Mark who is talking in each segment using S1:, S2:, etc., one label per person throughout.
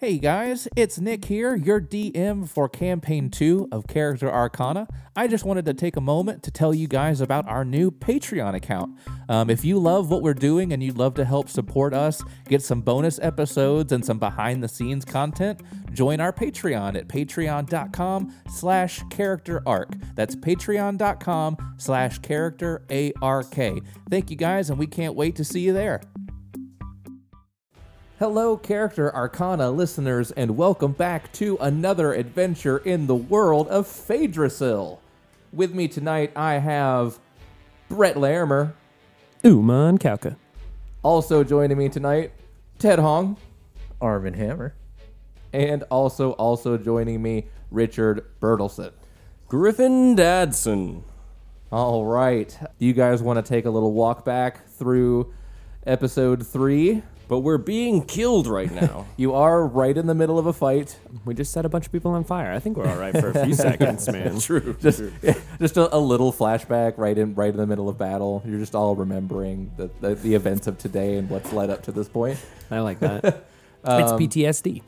S1: Hey guys, it's Nick here, your DM for Campaign 2 of Character Arcana. I just wanted to take a moment to tell you guys about our new Patreon account. Um, if you love what we're doing and you'd love to help support us, get some bonus episodes and some behind the scenes content, join our Patreon at patreon.com slash character arc. That's patreon.com slash character A-R-K. Thank you guys, and we can't wait to see you there. Hello, Character Arcana listeners, and welcome back to another adventure in the world of Phaedrusil. With me tonight, I have Brett Larimer.
S2: Uman Kalka.
S1: Also joining me tonight, Ted Hong.
S3: Arvin Hammer.
S1: And also, also joining me, Richard Bertelson.
S2: Griffin Dadson.
S1: All right. Do you guys want to take a little walk back through episode three?
S2: But we're being killed right now.
S1: You are right in the middle of a fight.
S2: we just set a bunch of people on fire. I think we're all right for a few seconds, man. True.
S1: just just a, a little flashback right in right in the middle of battle. You're just all remembering the, the, the events of today and what's led up to this point.
S2: I like that. it's PTSD.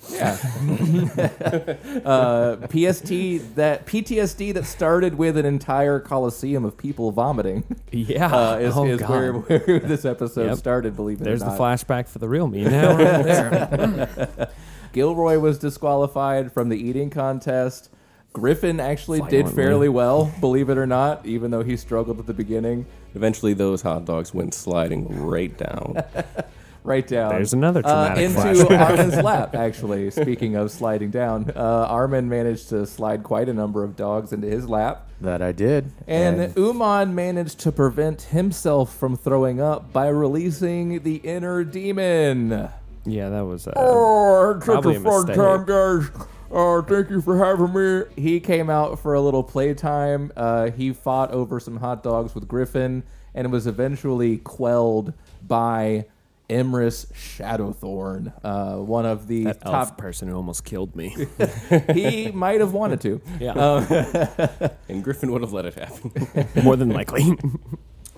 S1: Uh, PST that PTSD that started with an entire coliseum of people vomiting
S2: Yeah.
S1: uh, is,
S2: oh,
S1: is
S2: God.
S1: where, where this episode
S2: Yep.
S1: started. Believe it
S2: There's
S1: or
S2: the
S1: not,
S2: flashback for the real me. Now we're right there.
S1: Gilroy was disqualified from the eating contest. Griffin actually did
S2: Violently.
S1: fairly well, believe it or not, even though he struggled at the beginning.
S4: Eventually, those hot dogs went sliding right down.
S1: right down.
S2: There's another
S1: uh,
S2: traumatic
S1: into Armin's lap. Actually, speaking of sliding down, uh, Armin managed to slide quite a number of dogs into his lap,
S3: That I did.
S1: and, Uman managed to prevent himself from throwing up by releasing the inner demon.
S2: Yeah, that was. Uh,
S1: Oh, I had such
S2: Probably
S1: a
S2: a
S1: fun
S2: mistake.
S1: time, guys. Uh, thank you for having me. He came out for a little playtime. Uh, he fought over some hot dogs with Griffin and was eventually quelled by Emrys Shadowthorn, uh, one of the
S2: that elf
S1: top.
S2: person who almost killed me.
S1: he might have wanted to.
S2: yeah.
S4: and Griffin would have let it happen.
S2: More than likely.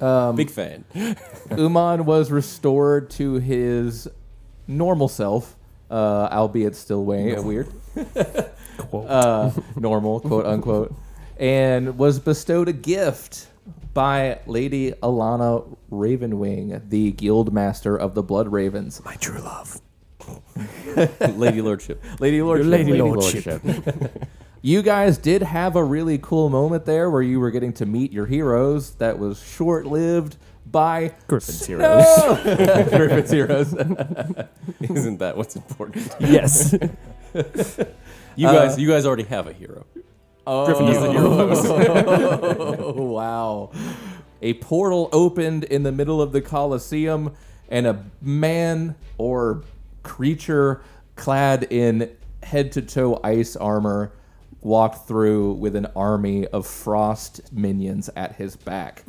S2: Um,
S4: Big fan.
S1: Uman was restored to his normal self, uh, albeit still way weird. uh, normal, quote unquote, and was bestowed a gift by Lady Alana Ravenwing, the guild master of the Blood Ravens.
S2: My true love.
S4: Lady Lordship.
S1: Lady Lordship.
S2: Lady Lordship.
S1: You guys did have a really cool moment there where you were getting to meet your heroes that was short lived by
S2: Griffin's heroes.
S1: Griffin's heroes.
S4: Isn't that what's important?
S2: Yes.
S4: You
S2: Uh,
S4: guys, you guys already have a hero. Griffin isn't your host.
S1: Oh, wow. A portal opened in the middle of the Colosseum, and a man or creature clad in head to toe ice armor walked through with an army of frost minions at his back.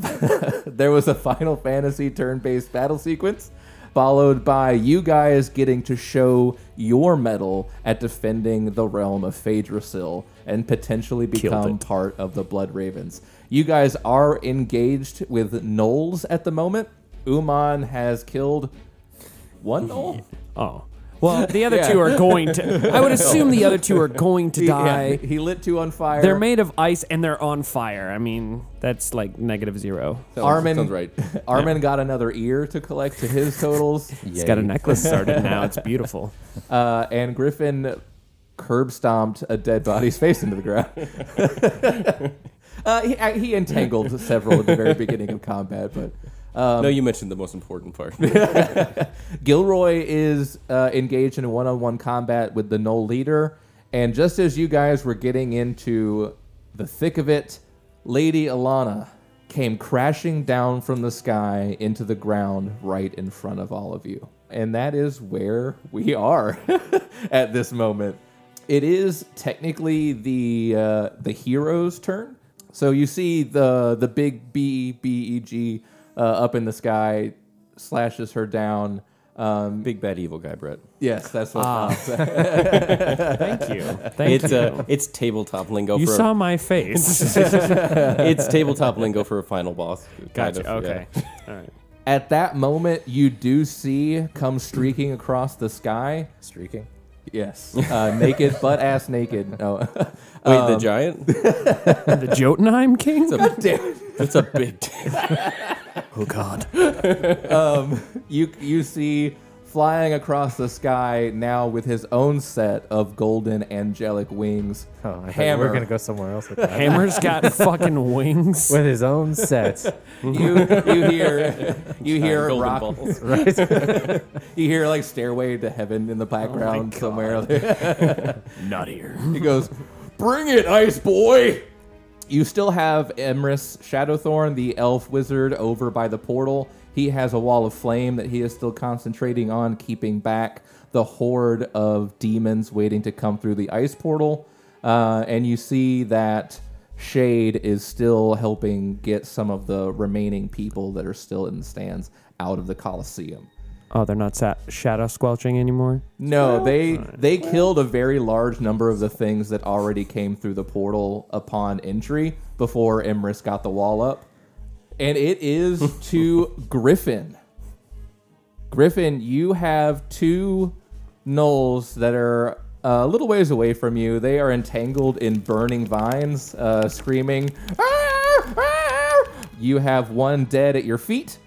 S1: there was a Final Fantasy turn based battle sequence. Followed by you guys getting to show your medal at defending the realm of Phaedrusil and potentially become
S2: it.
S1: part of the Blood Ravens. You guys are engaged with gnolls at the moment. Uman has killed one gnoll.
S2: Oh. Well, the other
S1: Yeah.
S2: two are going to. I would assume the other two are going to die.
S1: Yeah, he lit two on fire.
S2: They're made of ice and they're on fire. I mean, that's like negative zero.
S4: Sounds,
S1: Armin,
S4: sounds right.
S1: Armin got another ear to collect to his totals,
S2: It's got a necklace started now. It's beautiful.
S1: uh, and Griffin curb stomped a dead body's face into the ground. uh, he, I- he entangled several at the very beginning of combat, but
S2: Um,
S4: no, you mentioned the most important part.
S1: Gilroy is uh, engaged in one on one combat with the Knoll leader. And just as you guys were getting into the thick of it, Lady Alana came crashing down from the sky into the ground right in front of all of you. And that is where we are at this moment. It is technically the uh, the hero's turn. So you see the the big B B E G uh, up in the sky slashes her down. Um,
S4: Big bad evil guy, Brett.
S1: yes, that's what.
S3: Ah.
S2: Thank you. Thank
S4: It's
S2: you.
S4: uh, it's tabletop lingo.
S2: you
S4: for
S2: saw my face.
S4: a, it's tabletop lingo for a final boss. kind
S2: gotcha.
S4: of, yeah.
S2: okay. All right.
S1: At that moment, you do see come streaking across the sky
S3: Streaking.
S1: Yes, uh, naked, butt ass naked. No,
S4: Wait, the
S2: Um,
S4: giant?
S2: the Jotunheim King?
S1: damn it.
S4: That's a big dick.
S2: oh, God.
S1: you you see flying across the sky now with his own set of golden angelic wings.
S3: Oh, I think
S1: hammer.
S3: we're gonna go somewhere else with that.
S2: Hammer's got fucking wings.
S3: with his own sets,
S1: you you hear you hear
S4: Golden
S1: rock
S4: balls.
S3: right? Oh
S1: you hear like stairway to heaven in the background somewhere.
S2: Not here.
S1: He goes, "Bring it, Ice Boy." You still have Emrys Shadowthorn, the elf wizard, over by the portal. He has a wall of flame that he is still concentrating on keeping back the horde of demons waiting to come through the ice portal. Uh, and you see that Shade is still helping get some of the remaining people that are still in the stands out of the Colosseum.
S2: Oh, they're not sa- shadow squelching anymore?
S1: No, they they killed a very large number of the things that already came through the portal upon entry before Emrys got the wall up. And it is to Griffin. Griffin, you have two gnolls that are a little ways away from you. They are entangled in burning vines, uh, screaming. "Ah! Ah!" You have one dead at your feet.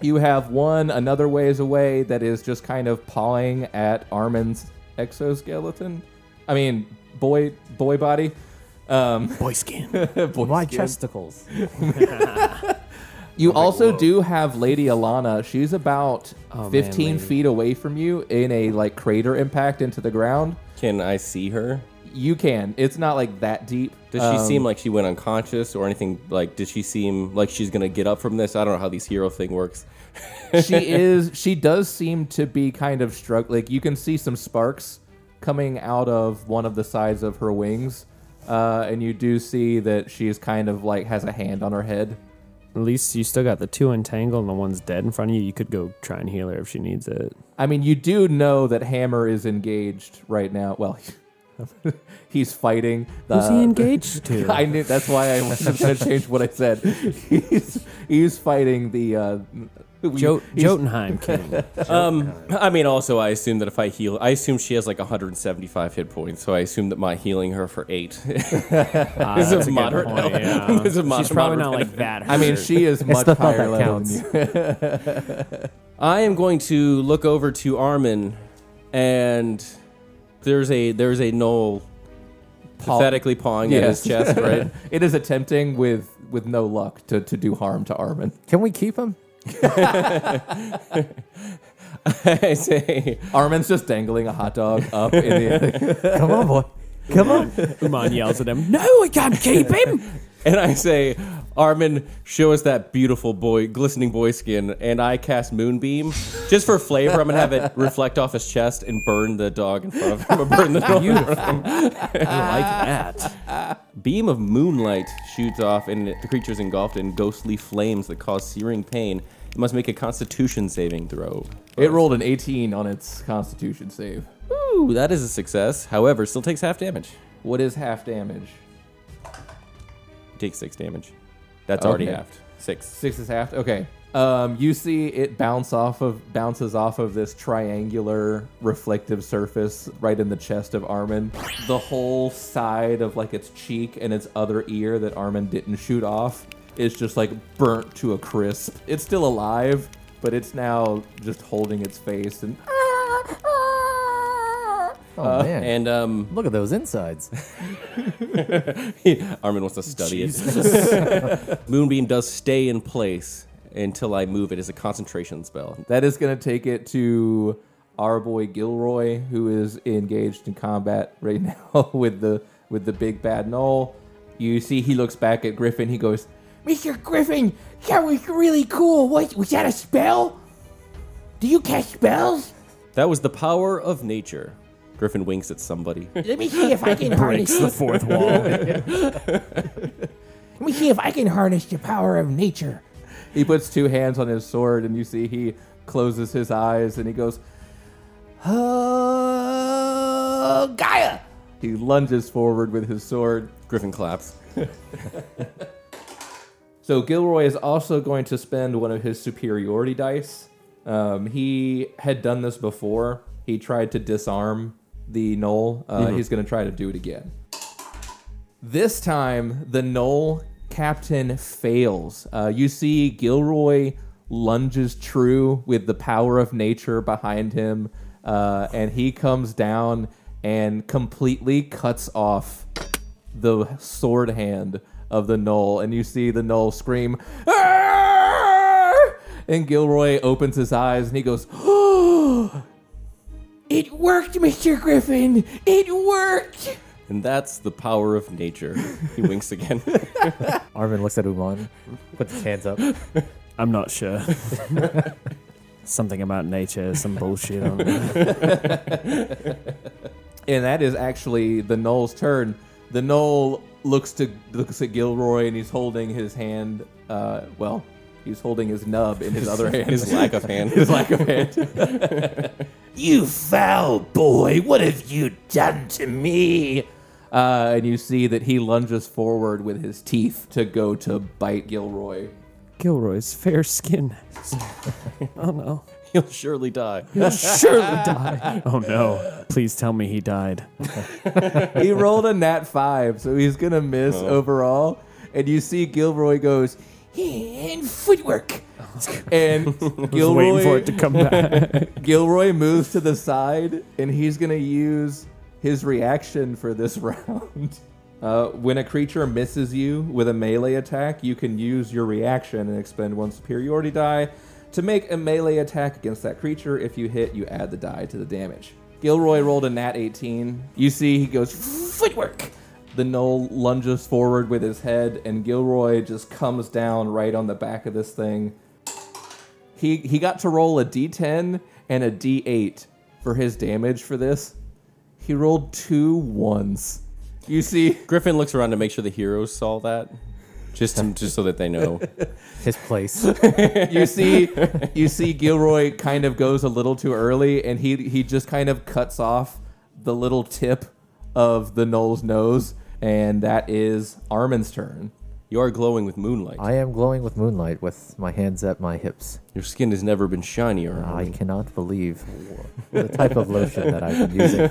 S1: You have one another ways away that is just kind of pawing at Armin's exoskeleton. I mean, boy, boy body. Um,
S2: Boy skin.
S1: boy
S3: My
S1: skin.
S3: chesticles.
S1: You also do have Lady Alana. She's about
S2: Oh, man,
S1: 15
S2: lady.
S1: feet away from you in a like crater impact into the ground.
S4: Can I see her?
S1: You can. It's not like that deep.
S4: Does she seem like she went unconscious or anything? Like, does she seem like she's gonna get up from this? I don't know how these hero thing works.
S1: she is she does seem to be kind of struck like you can see some sparks coming out of one of the sides of her wings uh, and you do see that she is kind of like has a hand on her head
S2: At least you still got the two entangled and the one's dead in front of you. You could go try and heal her if she needs it.
S1: i mean you do know that hammer is engaged right now well he's fighting the,
S2: Who's he engaged to?
S1: Uh, I knew that's why I wasn't going to change what I said. He's he's fighting the uh, we-
S2: Jo-
S1: he's-
S2: Jotunheim King.
S4: Um, I mean, also, I assume that if I heal, I assume she has like 175 hit points, so I assume that my healing her for eight
S2: Ah,
S4: is
S2: that's
S4: a
S2: good
S4: moderate.
S2: point,
S4: help.
S2: yeah.
S4: Is a mod-
S2: She's probably
S4: moderate
S2: not like
S4: benefit.
S2: that.
S1: I mean,
S2: hurt.
S1: she is
S3: It's
S1: much
S3: the thought
S1: higher
S3: that
S1: level than
S3: counts.
S1: you.
S4: I am going to look over to Armin, and there's a there's a knoll
S1: Paw-
S4: pathetically pawing at his chest, right?
S1: it is attempting with with no luck to, to do harm to Armin.
S3: Can we keep him?
S4: I say,
S1: Armin's just dangling a hot dog up in the
S3: Come on, boy. Come on.
S2: Uman yells at him, No, I can't keep him!
S4: and I say, Armin, show us that beautiful boy, glistening boy skin, and I cast Moonbeam just for flavor. I'm gonna have it reflect off his chest and burn the dog in front of him. I'm gonna burn the dog. in front of him.
S2: like that.
S4: Beam of moonlight shoots off, and the creature is engulfed in ghostly flames that cause searing pain. It must make a Constitution saving throw.
S1: It rolled an 18 on its Constitution save.
S4: Ooh, that is a success. However, still takes half damage.
S1: What is half damage?
S4: Takes six damage. That's
S1: Okay.
S4: already halved. Six.
S1: Six is half. Okay. Um, you see it bounce off of bounces off of this triangular reflective surface right in the chest of Armin. The whole side of like its cheek and its other ear that Armin didn't shoot off is just like burnt to a crisp. It's still alive, but it's now just holding its face and
S3: Oh man.
S4: And um,
S3: Look at those insides.
S4: Armin wants to study it. Moonbeam does stay in place until I move it as a concentration spell.
S1: That is going to take it to our boy Gilroy, who is engaged in combat right now with the with the big bad Knoll. You see, he looks back at Griffin. He goes, "Mr. Griffin, that was really cool. What was that a spell? Do you cast spells?
S4: That was the power of nature. Griffin winks at somebody.
S1: Let me see if I can harness.
S2: Breaks the fourth wall.
S1: Let me see if I can harness the power of nature." He puts two hands on his sword, and you see he closes his eyes and he goes, "Oh, Gaia!" He lunges forward with his sword.
S4: Griffin claps.
S1: So Gilroy is also going to spend one of his superiority dice. Um, he had done this before. He tried to disarm the knoll. Uh, He's going to try to do it again. This time, the knoll captain fails. Uh, you see Gilroy lunges true with the power of nature behind him, uh, and he comes down and completely cuts off the sword hand of the knoll, and you see the knoll scream. "Arr!" And Gilroy opens his eyes and he goes, "Oh, It worked, Mr. Griffin! It worked!
S4: And that's the power of nature. He winks again.
S3: Armin looks at Uman, puts his hands up.
S2: I'm not sure. Something about nature, some bullshit on it.
S1: And that is actually the knoll's turn. The knoll looks to looks at Gilroy and he's holding his hand. Uh, well, he's holding his nub in his other hand.
S4: His lack of hand.
S1: his lack of hand. you foul boy, what have you done to me? Uh, and you see that he lunges forward with his teeth to go to bite Gilroy.
S2: Gilroy's fair skin. oh no.
S4: He'll surely die.
S2: He'll surely die. Oh no. Please tell me he died.
S1: he rolled a nat five, so he's gonna miss overall. And you see Gilroy goes, and footwork. And
S2: I was waiting for
S1: Gilroy,
S2: it to come back.
S1: Gilroy moves to the side, and he's gonna use his reaction for this round. Uh, when a creature misses you with a melee attack, you can use your reaction and expend one superiority die to make a melee attack against that creature. If you hit, you add the die to the damage. Gilroy rolled a nat 18. You see, he goes, footwork! The knoll lunges forward with his head, and Gilroy just comes down right on the back of this thing. He, he got to roll a d10 and a d8 for his damage for this. He rolled two ones. You see,
S4: Griffin looks around to make sure the heroes saw that. Just, to, just so that they know.
S3: His place.
S1: you see, you see, Gilroy kind of goes a little too early, and he he just kind of cuts off the little tip of the Knoll's nose, and that is Armin's turn.
S4: You are glowing with moonlight.
S3: I am glowing with moonlight with my hands at my hips.
S4: Your skin has never been shinier.
S3: I cannot believe the type of lotion that I've been using.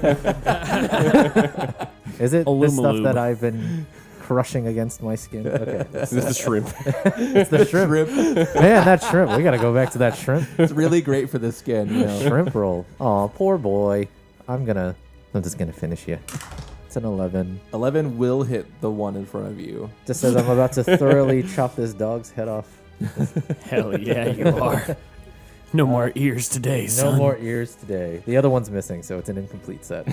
S3: Is it the stuff
S2: Alumalube.
S3: that I've been crushing against my skin? Okay.
S4: This is the shrimp.
S3: It's the shrimp.
S1: Shrimp,
S3: Man, that shrimp. We got to go back to that shrimp.
S1: it's really great for the skin. You know?
S3: Shrimp roll. Aw, poor boy. I'm going to. I'm just going to finish you. It's an 11.
S1: Eleven will hit the one in front of you.
S3: Just as I'm about to thoroughly chop this dog's head off.
S2: Hell yeah, you are. No more ears today,
S3: No
S2: son.
S3: more ears today. The other one's missing, so it's an incomplete set.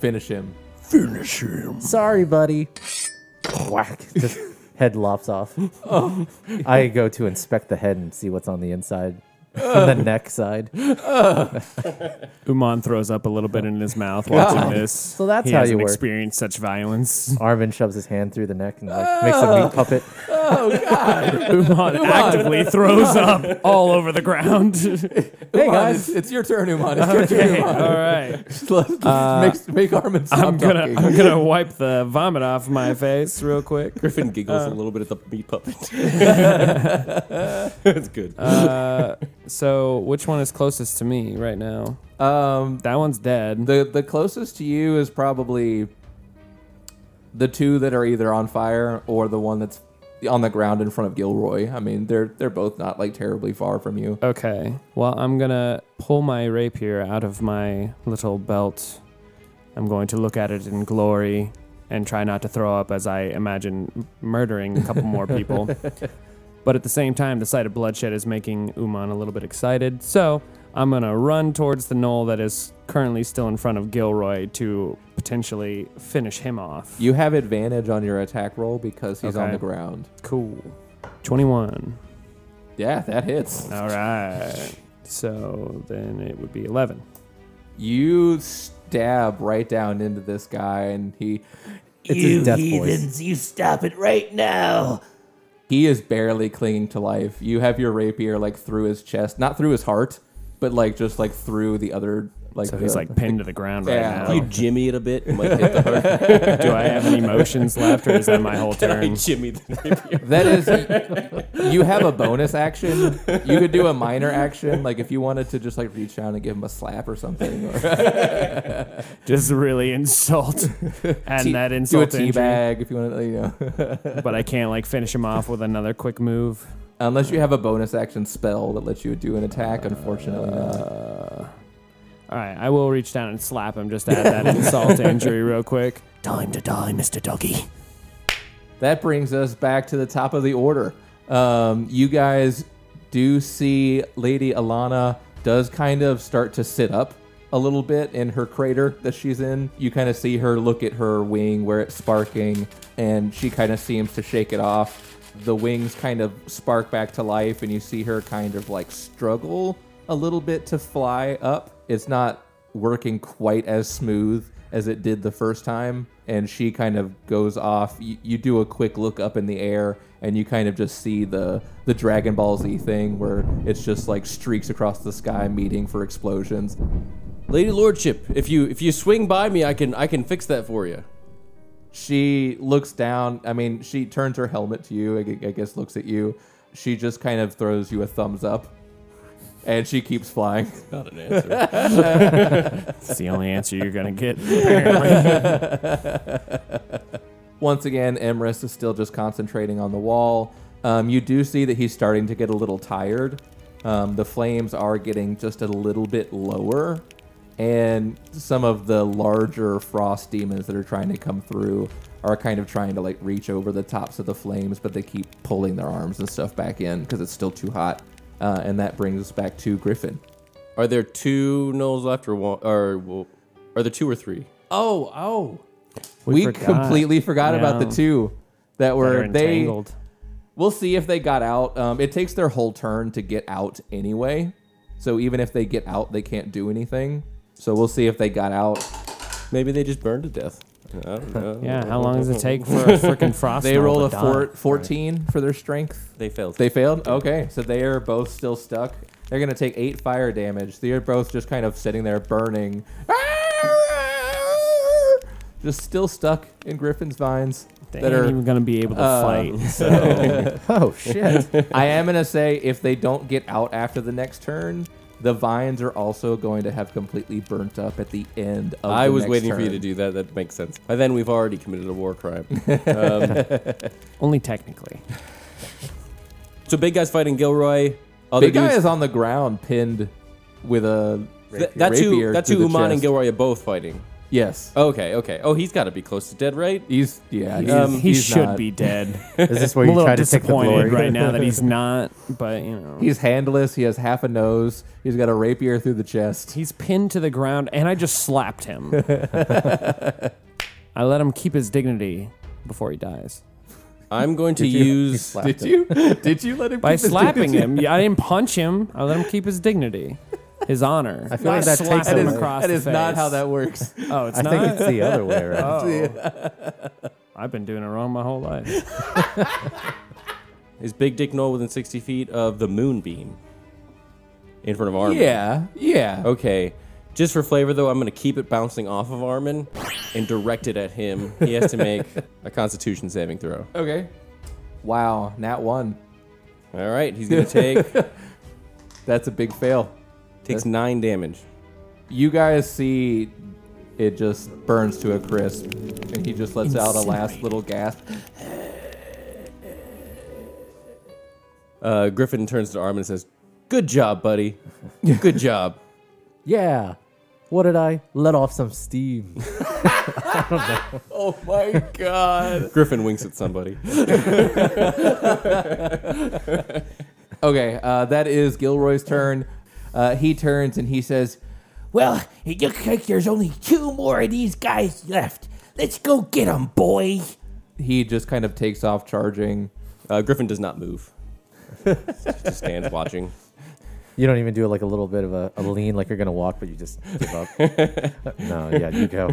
S1: Finish him.
S2: Finish him.
S3: Sorry, buddy. Whack. Just head lops off.
S2: Oh.
S3: I go to inspect the head and see what's on the inside. From
S2: Oh.
S3: the neck side.
S2: Uman throws up a little bit in his mouth watching this. So
S3: that's
S2: he
S3: how
S2: hasn't
S3: you work.
S2: experienced such violence.
S3: Arvin shoves his hand through the neck and like makes a
S2: Oh.
S3: meat puppet.
S2: Uman actively throws up all over the ground.
S1: Hey
S3: guys.
S1: it's, it's your turn, Uman. It's your turn.
S2: all
S1: Uman.
S2: right.
S1: Just let- just make, make Armin stop
S2: I'm gonna
S1: talking.
S2: I'm gonna wipe the vomit off my face real quick.
S4: Griffin giggles a little bit at the meat puppet. That's good.
S2: Uh, so which one is closest to me right now?
S1: Um,
S2: That one's dead.
S1: the the closest to you is probably the two that are either on fire or the one that's on the ground in front of Gilroy. I mean, they're they're both not like terribly far from you.
S2: okay. Well, I'm gonna pull my rapier out of my little belt. I'm going to look at it in glory and try not to throw up as I imagine m- murdering a couple more people. But at the same time, the sight of bloodshed is making Uman a little bit excited. So I'm gonna run towards the knoll that is currently still in front of Gilroy to potentially finish him off.
S1: You have advantage on your attack roll because he's on
S2: Okay.
S1: the ground.
S2: Cool. 21.
S1: Yeah, that hits.
S2: All right. So then it would be 11.
S1: You stab right down into this guy, and he
S3: It's his death voice.
S5: you stop it right now.
S1: he is barely clinging to life. You have your rapier like through his chest, not through his heart, but like just like through the other Like
S2: So he's
S1: the-
S2: like pinned to the ground right
S1: Yeah.
S2: now.
S4: You jimmy it a bit, you might hit the heart.
S2: Do I have any motions left, or is that my whole
S4: I
S2: turn?
S4: jimmy the
S1: That is, you have a bonus action. You could do a minor action, like if you wanted to just like reach out and give him a slap or something, or
S2: Just really insult, and
S1: tea-
S2: that
S1: do a
S2: insult
S1: tea
S2: injury.
S1: bag if you want to, you know.
S2: But I can't like finish him off with another quick move.
S1: Unless you have a bonus action spell that lets you do an attack, unfortunately. not.
S2: All right, I will reach down and slap him just to add that insult injury real quick. Time to die, Mister Doggy.
S1: That brings us back to the top of the order. Um, you guys do see Lady Alana does kind of start to sit up a little bit in her crater that she's in. You kind of see her look at her wing where it's sparking, and she kind of seems to shake it off. The wings kind of spark back to life, and you see her kind of like struggle a little bit to fly up. It's not working quite as smooth as it did the first time. And she kind of goes off. You, you do a quick look up in the air, and you kind of just see the the Dragon Ball Z thing where it's just like streaks across the sky meeting for explosions.
S4: Lady Lordship, if you if you swing by me, I can I can fix that for you.
S1: She looks down. I mean, she turns her helmet to you. I gu- I guess looks at you. She just kind of throws you a thumbs up, and she keeps flying.
S4: Not an answer.
S2: It's the only answer you're gonna get.
S1: Once again, Emrys is still just concentrating on the wall. Um, you do see that he's starting to get a little tired. Um, the flames are getting just a little bit lower, and some of the larger frost demons that are trying to come through are kind of trying to like reach over the tops of the flames, but they keep pulling their arms and stuff back in because it's still too hot. Uh, and that brings us back to Griffin.
S4: Are there two knolls left or one or well, are there two or three?
S1: Oh, oh, we,
S2: We forgot.
S1: completely forgot about the
S2: Yeah.
S1: two that were
S2: They're
S1: they.
S2: entangled.
S1: We'll see if they got out. Um, it takes their whole turn to get out anyway. So even if they get out, they can't do anything. So we'll see if they got out.
S4: Maybe they just burned to death. I don't know.
S2: Yeah, how long does it take for a freaking frost?
S1: They
S2: knoll
S1: rolled
S2: to
S1: a
S2: die?
S1: four, 14 for their strength.
S4: They failed.
S1: They failed? Okay. So they are both still stuck. They're going to take eight fire damage. They're both just kind of sitting there burning. Just still stuck in Griffin's vines
S2: They
S1: that
S2: ain't
S1: are uh,
S2: even gonna be able to fight. So
S3: Oh shit!
S1: I am gonna say if they don't get out after the next turn, the vines are also going to have completely burnt up at the end of.
S4: I
S1: the
S4: was
S1: next
S4: waiting for you
S1: turn.
S4: to do that. That makes sense. By then, we've already committed a war crime.
S2: only technically.
S4: so, big guys fighting Gilroy. Other
S1: Big guy
S4: dudes-
S1: is on the ground, pinned with a.
S4: Th- that's who.
S1: rapier
S4: That's
S1: to
S4: who
S1: the
S4: Uman and
S1: chest.
S4: Gilroy are both fighting.
S1: Yes,
S4: Okay, okay. Oh, he's got to be close to dead, right?
S1: he's yeah. He's,
S4: Um,
S2: he
S1: he's
S2: should
S1: not.
S2: be dead.
S3: Is this where
S2: I'm a
S3: you
S2: little
S3: try to take the
S2: disappointed
S3: glory?
S2: right now that he's not, but you know.
S1: He's handless. He has half a nose. He's got a rapier through the chest.
S2: He's pinned to the ground, and I just slapped him. I let him keep his dignity before he dies.
S4: I'm going to
S3: Did you- you
S4: use.
S3: slapped
S1: Did
S3: him.
S1: you? Did you let him?
S2: By
S1: keep his
S2: slapping
S1: dignity?
S2: him, yeah, I didn't punch him. I let him keep his dignity, his honor. I
S3: feel like that
S2: slapped
S3: takes
S2: him
S3: away-
S2: across
S1: That
S2: the
S1: is not
S2: face.
S1: how that works.
S2: Oh, it's
S3: I
S2: not.
S3: think it's the other way around.
S2: oh. I've been doing it wrong my whole life.
S4: Is Big Dick Knoll within 60 feet of the moonbeam in front of Armin?
S1: yeah, yeah.
S4: Okay. Just for flavor, though, I'm going to keep it bouncing off of Armin and direct it at him. He has to make a constitution saving throw.
S1: Okay. Wow, nat one.
S4: All right. He's going to take.
S1: That's a big fail.
S4: takes nine damage.
S1: You guys see it just burns to a crisp, and he just lets out a last little gasp.
S4: Uh, Griffin turns to Armin and says, Good job, buddy. Good job.
S3: Yeah. What did I let off some steam?
S1: Oh my god.
S4: Griffin winks at somebody.
S1: okay, uh, that is Gilroy's turn. Uh, he turns and he says,
S5: Well, it looks like there's only two more of these guys left. Let's go get 'em, boy.
S1: he just kind of takes off charging.
S4: Uh, Griffin does not move. just stands watching.
S3: You don't even do like a little bit of a, a lean, like you're gonna walk, but you just give up. no, yeah, you go.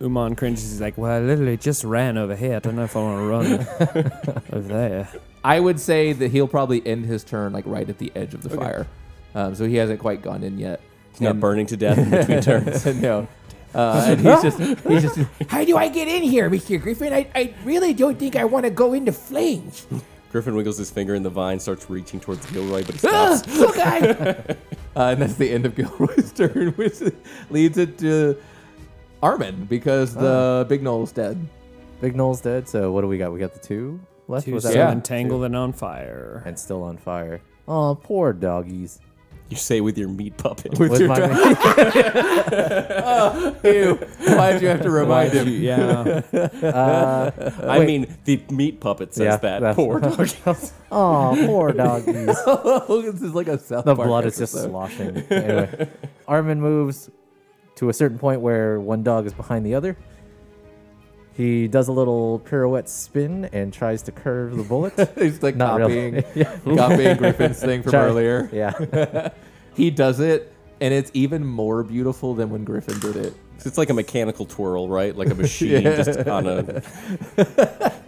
S2: Uman cringes. He's like, "Well, I literally just ran over here. I don't know if I want to run over there."
S1: I would say that he'll probably end his turn like right at the edge of the fire. Um, so he hasn't quite gone in yet.
S4: Not burning to death in between turns.
S1: no. Uh, and he's just he's just
S5: How do I get in here, Mr. Griffin? I, I really don't think I want to go into flames. Oh,
S4: Griffin wiggles his finger in the vine, starts reaching towards Gilroy, but he stops.
S5: Oh, God.
S1: Uh, and that's the end of Gilroy's turn, which leads it to Armin because
S3: Ah.
S1: the big knoll's dead.
S3: Big Knoll's dead, so what do we got? We got the two left?
S2: Two
S3: Was that
S2: still
S1: Yeah.
S3: right?
S2: entangled and on fire.
S3: And still on fire. Oh, poor doggies.
S4: you say with your meat puppet.
S3: With my-
S1: Ew. Why'd you have to remind him?
S2: Yeah.
S4: I mean, the meat puppet says
S3: Yeah,
S4: that.
S3: that's-
S4: Poor dog.
S3: oh, poor doggies.
S1: Oh, this is like a South
S3: The
S1: Park
S3: blood is just
S1: episode.
S3: sloshing. Anyway, Armin moves to a certain point where one dog is behind the other. He does a little pirouette spin and tries to curve the bullet.
S1: He's like
S3: Not
S1: copying,
S3: really.
S1: copying Griffin's thing from
S3: Try-
S1: earlier.
S3: Yeah.
S1: He does it, and it's even more beautiful than when Griffin did it.
S4: It's like a mechanical twirl, right? Like a machine just on a.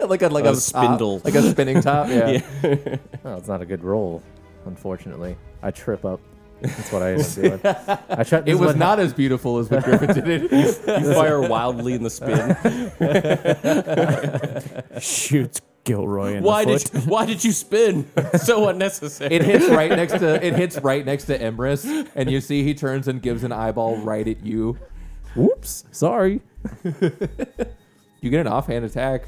S1: like a like
S4: A
S1: a, top-
S4: spindle.
S1: like a spinning top. Yeah.
S3: Oh, it's not a good roll, unfortunately. I trip up. That's what I end up doing. I try,
S1: It was not as beautiful as when Griffin did it.
S4: You fire wildly in the spin.
S2: Shoots Gilroy in
S4: Why
S2: the
S4: did
S2: foot.
S4: Why did you spin? So unnecessary.
S1: It hits right next to it hits right next to Emrys, and you see he turns and gives an eyeball right at you.
S3: Whoops. Sorry.
S1: You get an offhand attack.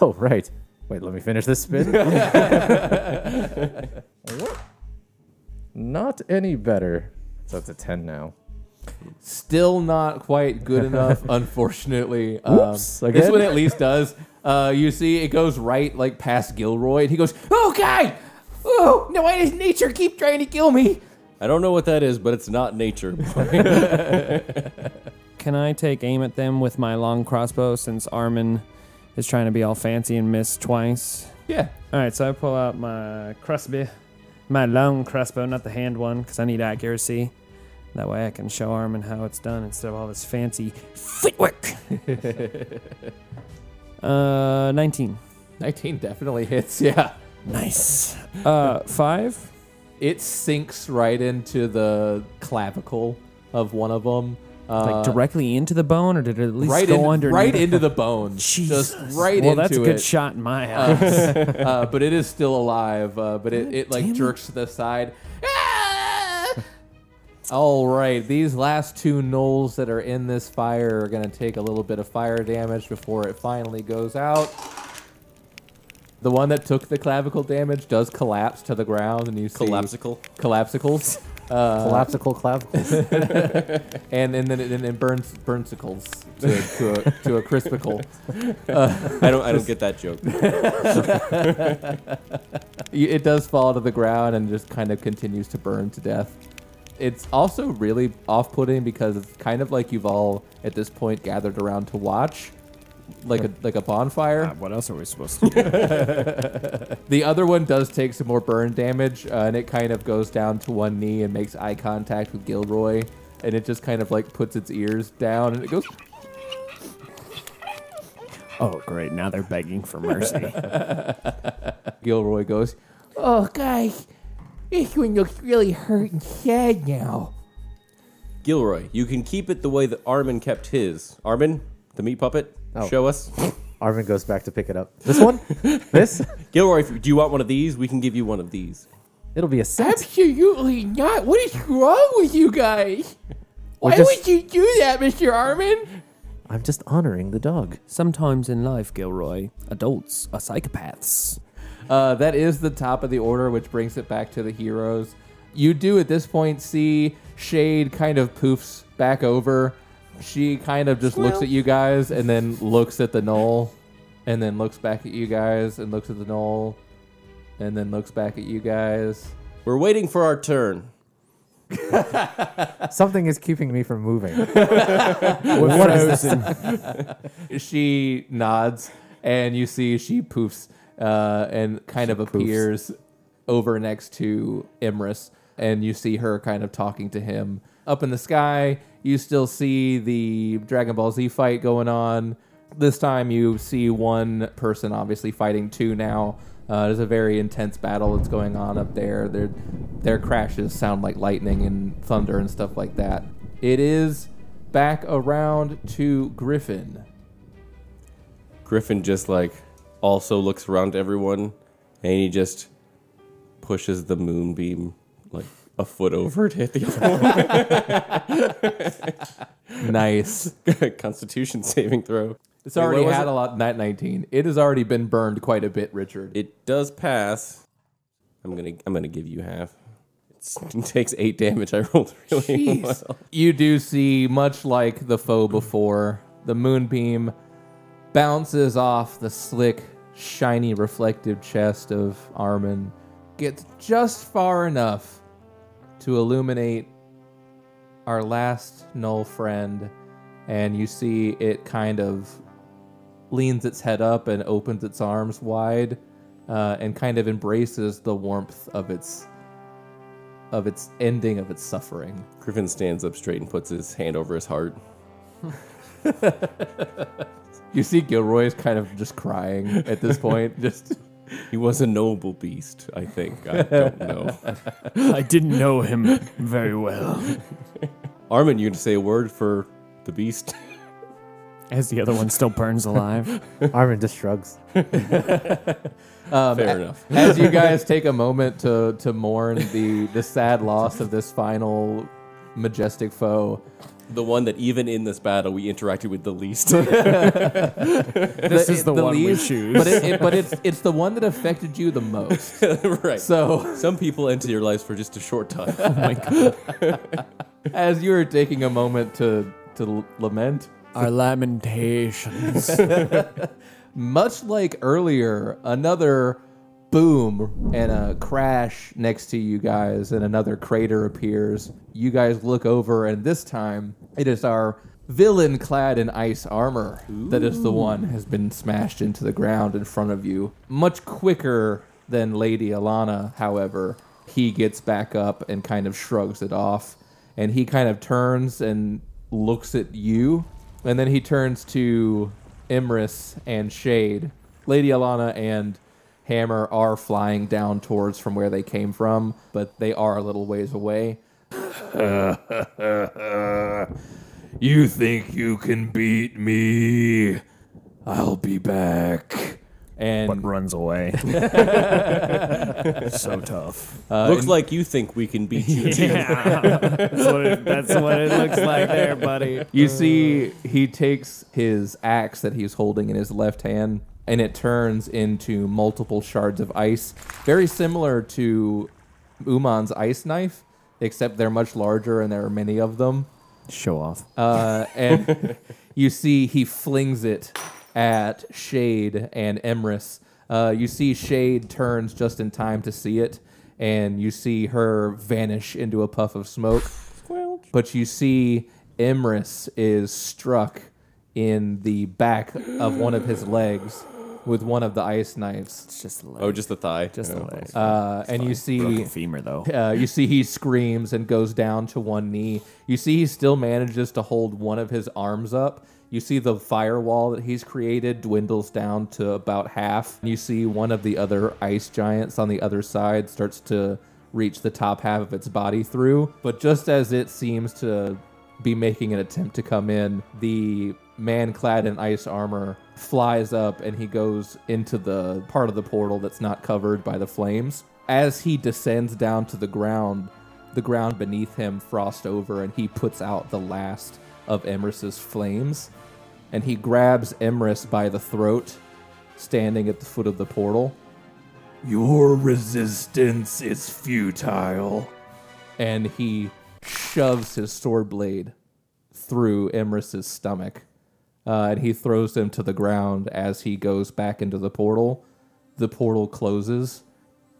S3: Oh, right. Wait, let me finish this spin. not any better. So it's a 10 now.
S1: Still not quite good enough, unfortunately. Um,
S3: Whoops,
S1: this
S3: again?
S1: one at least does. Uh, you see, it goes right like past Gilroy. And he goes,
S5: Oh, God. Oh, no, why does nature keep trying to kill me?
S4: I don't know what that is, but it's not nature.
S2: Can I take aim at them with my long crossbow since Armin is trying to be all fancy and miss twice?
S1: "Yeah,
S2: All right, so I pull out my crossbow, my long crossbow, not the hand one, because I need accuracy. That way I can show Armin how it's done instead of all this fancy footwork. uh, 19.
S1: 19 definitely hits. Yeah,
S2: Nice. Uh, five.
S1: it sinks right into the clavicle of one of them. Uh,
S2: Like directly into the bone, or did it at least
S1: right,
S2: go
S1: in,
S2: underneath?
S1: right into the bone.
S2: Jesus.
S1: Just right
S2: well,
S1: into
S2: that's a
S1: it.
S2: good shot in my eyes.
S1: uh, but it is still alive. Uh, but it, it like jerks to the side. Ah! All right, these last two gnolls that are in this fire are gonna take a little bit of fire damage before it finally goes out. The one that took the clavicle damage does collapse to the ground, and you see
S4: Collapsical.
S1: collapsicles, Uh,
S3: Collapsical clavicles.
S1: and and then and then burns burnsicles to, to a to a crispicle.
S4: I don't. I don't get that joke.
S1: Y- It does fall to the ground and just kind of continues to burn to death. It's also really off putting because it's kind of like you've all at this point gathered around to watch. Like a like a bonfire.
S2: what else are we supposed to do?
S1: The other one does take some more burn damage, uh, and it kind of goes down to one knee and makes eye contact with Gilroy, and it just kind of like puts its ears down and it goes.
S2: oh, great. Now they're begging for mercy.
S1: Gilroy goes.
S5: Oh, guys. This one looks really hurt and sad now.
S4: Gilroy, you can keep it the way that Armin kept his. Armin, the meat puppet,
S3: Oh.
S4: show us.
S3: Armin goes back to pick it up. This one? this?
S4: Gilroy, if, do you want one of these? We can give you one of these.
S3: It'll be a set.
S5: Absolutely not. What is wrong with you guys? Why
S3: just-
S5: would you do that, Mr. Armin?
S3: I'm just honoring the dog.
S2: Sometimes in life, Gilroy, adults are psychopaths.
S1: Uh, that is the top of the order, which brings it back to the heroes. You do at this point see Shade kind of poofs back over. She kind of just looks at you guys and then looks at the knoll and then looks back at you guys and looks at the knoll and then looks back at you guys.
S4: We're waiting for our turn.
S3: Something is keeping me from moving.
S2: What is this?
S1: She nods and you see she poofs uh, and kind of appears over next to Imrus, and you see her kind of talking to him. Up in the sky, you still see the Dragon Ball Z fight going on. This time, you see one person obviously fighting two now. Uh, there's a very intense battle that's going on up there. Their their crashes sound like lightning and thunder and stuff like that. It is back around to Griffin.
S4: Griffin just like also looks around to everyone and he just pushes the moonbeam like a foot over to hit the other
S1: Nice.
S4: one. Constitution saving throw.
S1: It's
S4: Wait, what
S1: already
S4: was
S1: had
S4: it?
S1: a lot. Night 19. It has already been burned quite a bit, Richard.
S4: It does pass. I'm gonna I'm gonna give you half. It's, it takes eight damage. I rolled really well.
S1: You do see, much like the foe before, the moonbeam bounces off the slick, shiny, reflective chest of Armin, gets just far enough to illuminate our last null friend, and you see it kind of leans its head up and opens its arms wide, uh, and kind of embraces the warmth of its of its ending of its suffering.
S4: Griffin stands up straight and puts his hand over his heart.
S1: You see Gilroy's kind of just crying at this point. Just
S4: He was a noble beast, I think. I don't know.
S2: I didn't know him very well.
S4: Armin, you gonna say a word for the beast?
S2: As the other one still burns alive.
S3: Armin just shrugs.
S4: Fair enough.
S1: as you guys take a moment to to mourn the the sad loss of this final majestic foe.
S4: The one that even in this battle we interacted with the least.
S2: This is the one we choose.
S1: but it, it, but it's it's the one that affected you the most.
S4: right.
S1: So
S4: Some people enter your lives for just a short time. Uh,
S1: as you are taking a moment to to l- lament,
S2: Our lamentations.
S1: much like earlier, another boom and a crash next to you guys, and another crater appears. You guys look over, and this time it is our villain clad in ice armor that is the one has been smashed into the ground in front of you. Much quicker than Lady Alana, however, he gets back up and kind of shrugs it off, and he kind of turns and looks at you, and then he turns to Imrus and Shade. Lady Alana and Hammer are flying down towards from where they came from, but they are a little ways away.
S5: You think you can beat me? I'll be back.
S1: And
S2: runs away. so tough.
S4: Looks like you think we can beat you.
S2: Oh Yeah. that's, what it, that's what it looks like there, buddy.
S1: you see, he takes his axe that he's holding in his left hand and it turns into multiple shards of ice, very similar to Uman's ice knife, except they're much larger and there are many of them.
S2: Show off.
S1: Uh, and you see he flings it at Shade and Emrys. Uh, you see Shade turns just in time to see it, and you see her vanish into a puff of smoke. But you see Emrys is struck in the back of one of his legs with one of the ice knives,
S2: It's just the leg.
S4: Oh, just the thigh.
S2: just the
S4: Yeah.
S2: leg.
S1: uh, and you see
S2: Broken femur, though.
S1: uh, you see he screams and goes down to one knee. You see he still manages to hold one of his arms up. You see the firewall that he's created dwindles down to about half. You see one of the other ice giants on the other side starts to reach the top half of its body through. But just as it seems to be making an attempt to come in, the man clad in ice armor flies up and he goes into the part of the portal that's not covered by the flames. As he descends down to the ground, the ground beneath him frosts over and he puts out the last of Emrys's flames. And he grabs Emrys by the throat, standing at the foot of the portal.
S5: Your resistance is futile.
S1: and he shoves his sword blade through Emrys's stomach, uh, and he throws him to the ground as he goes back into the portal. The portal closes,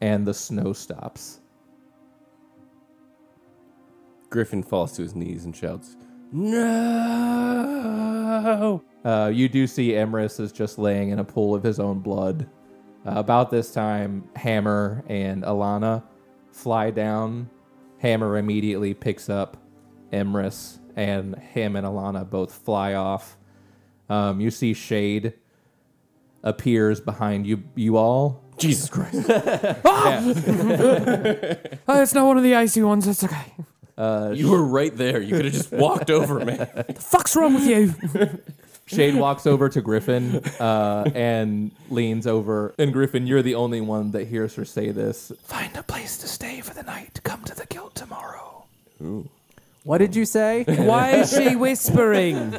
S1: and the snow stops.
S4: Griffin falls to his knees and shouts, No!
S1: Uh, you do see Emrys is just laying in a pool of his own blood. Uh, about this time, Hammer and Alana fly down. Hammer immediately picks up Emrys, and him and Alana both fly off. Um, you see Shade appears behind you you all.
S4: Jesus Christ.
S5: Ah!
S2: Oh, it's not one of the icy ones. That's okay.
S4: Uh, you were right there. You could have just walked over, man.
S2: The fuck's wrong with you?
S1: Shade walks over to Griffin uh, and leans over. And Griffin, you're the only one that hears her say this. Find a place to stay for the night. Come to the guild tomorrow.
S3: What did you say?
S2: Why is she whispering?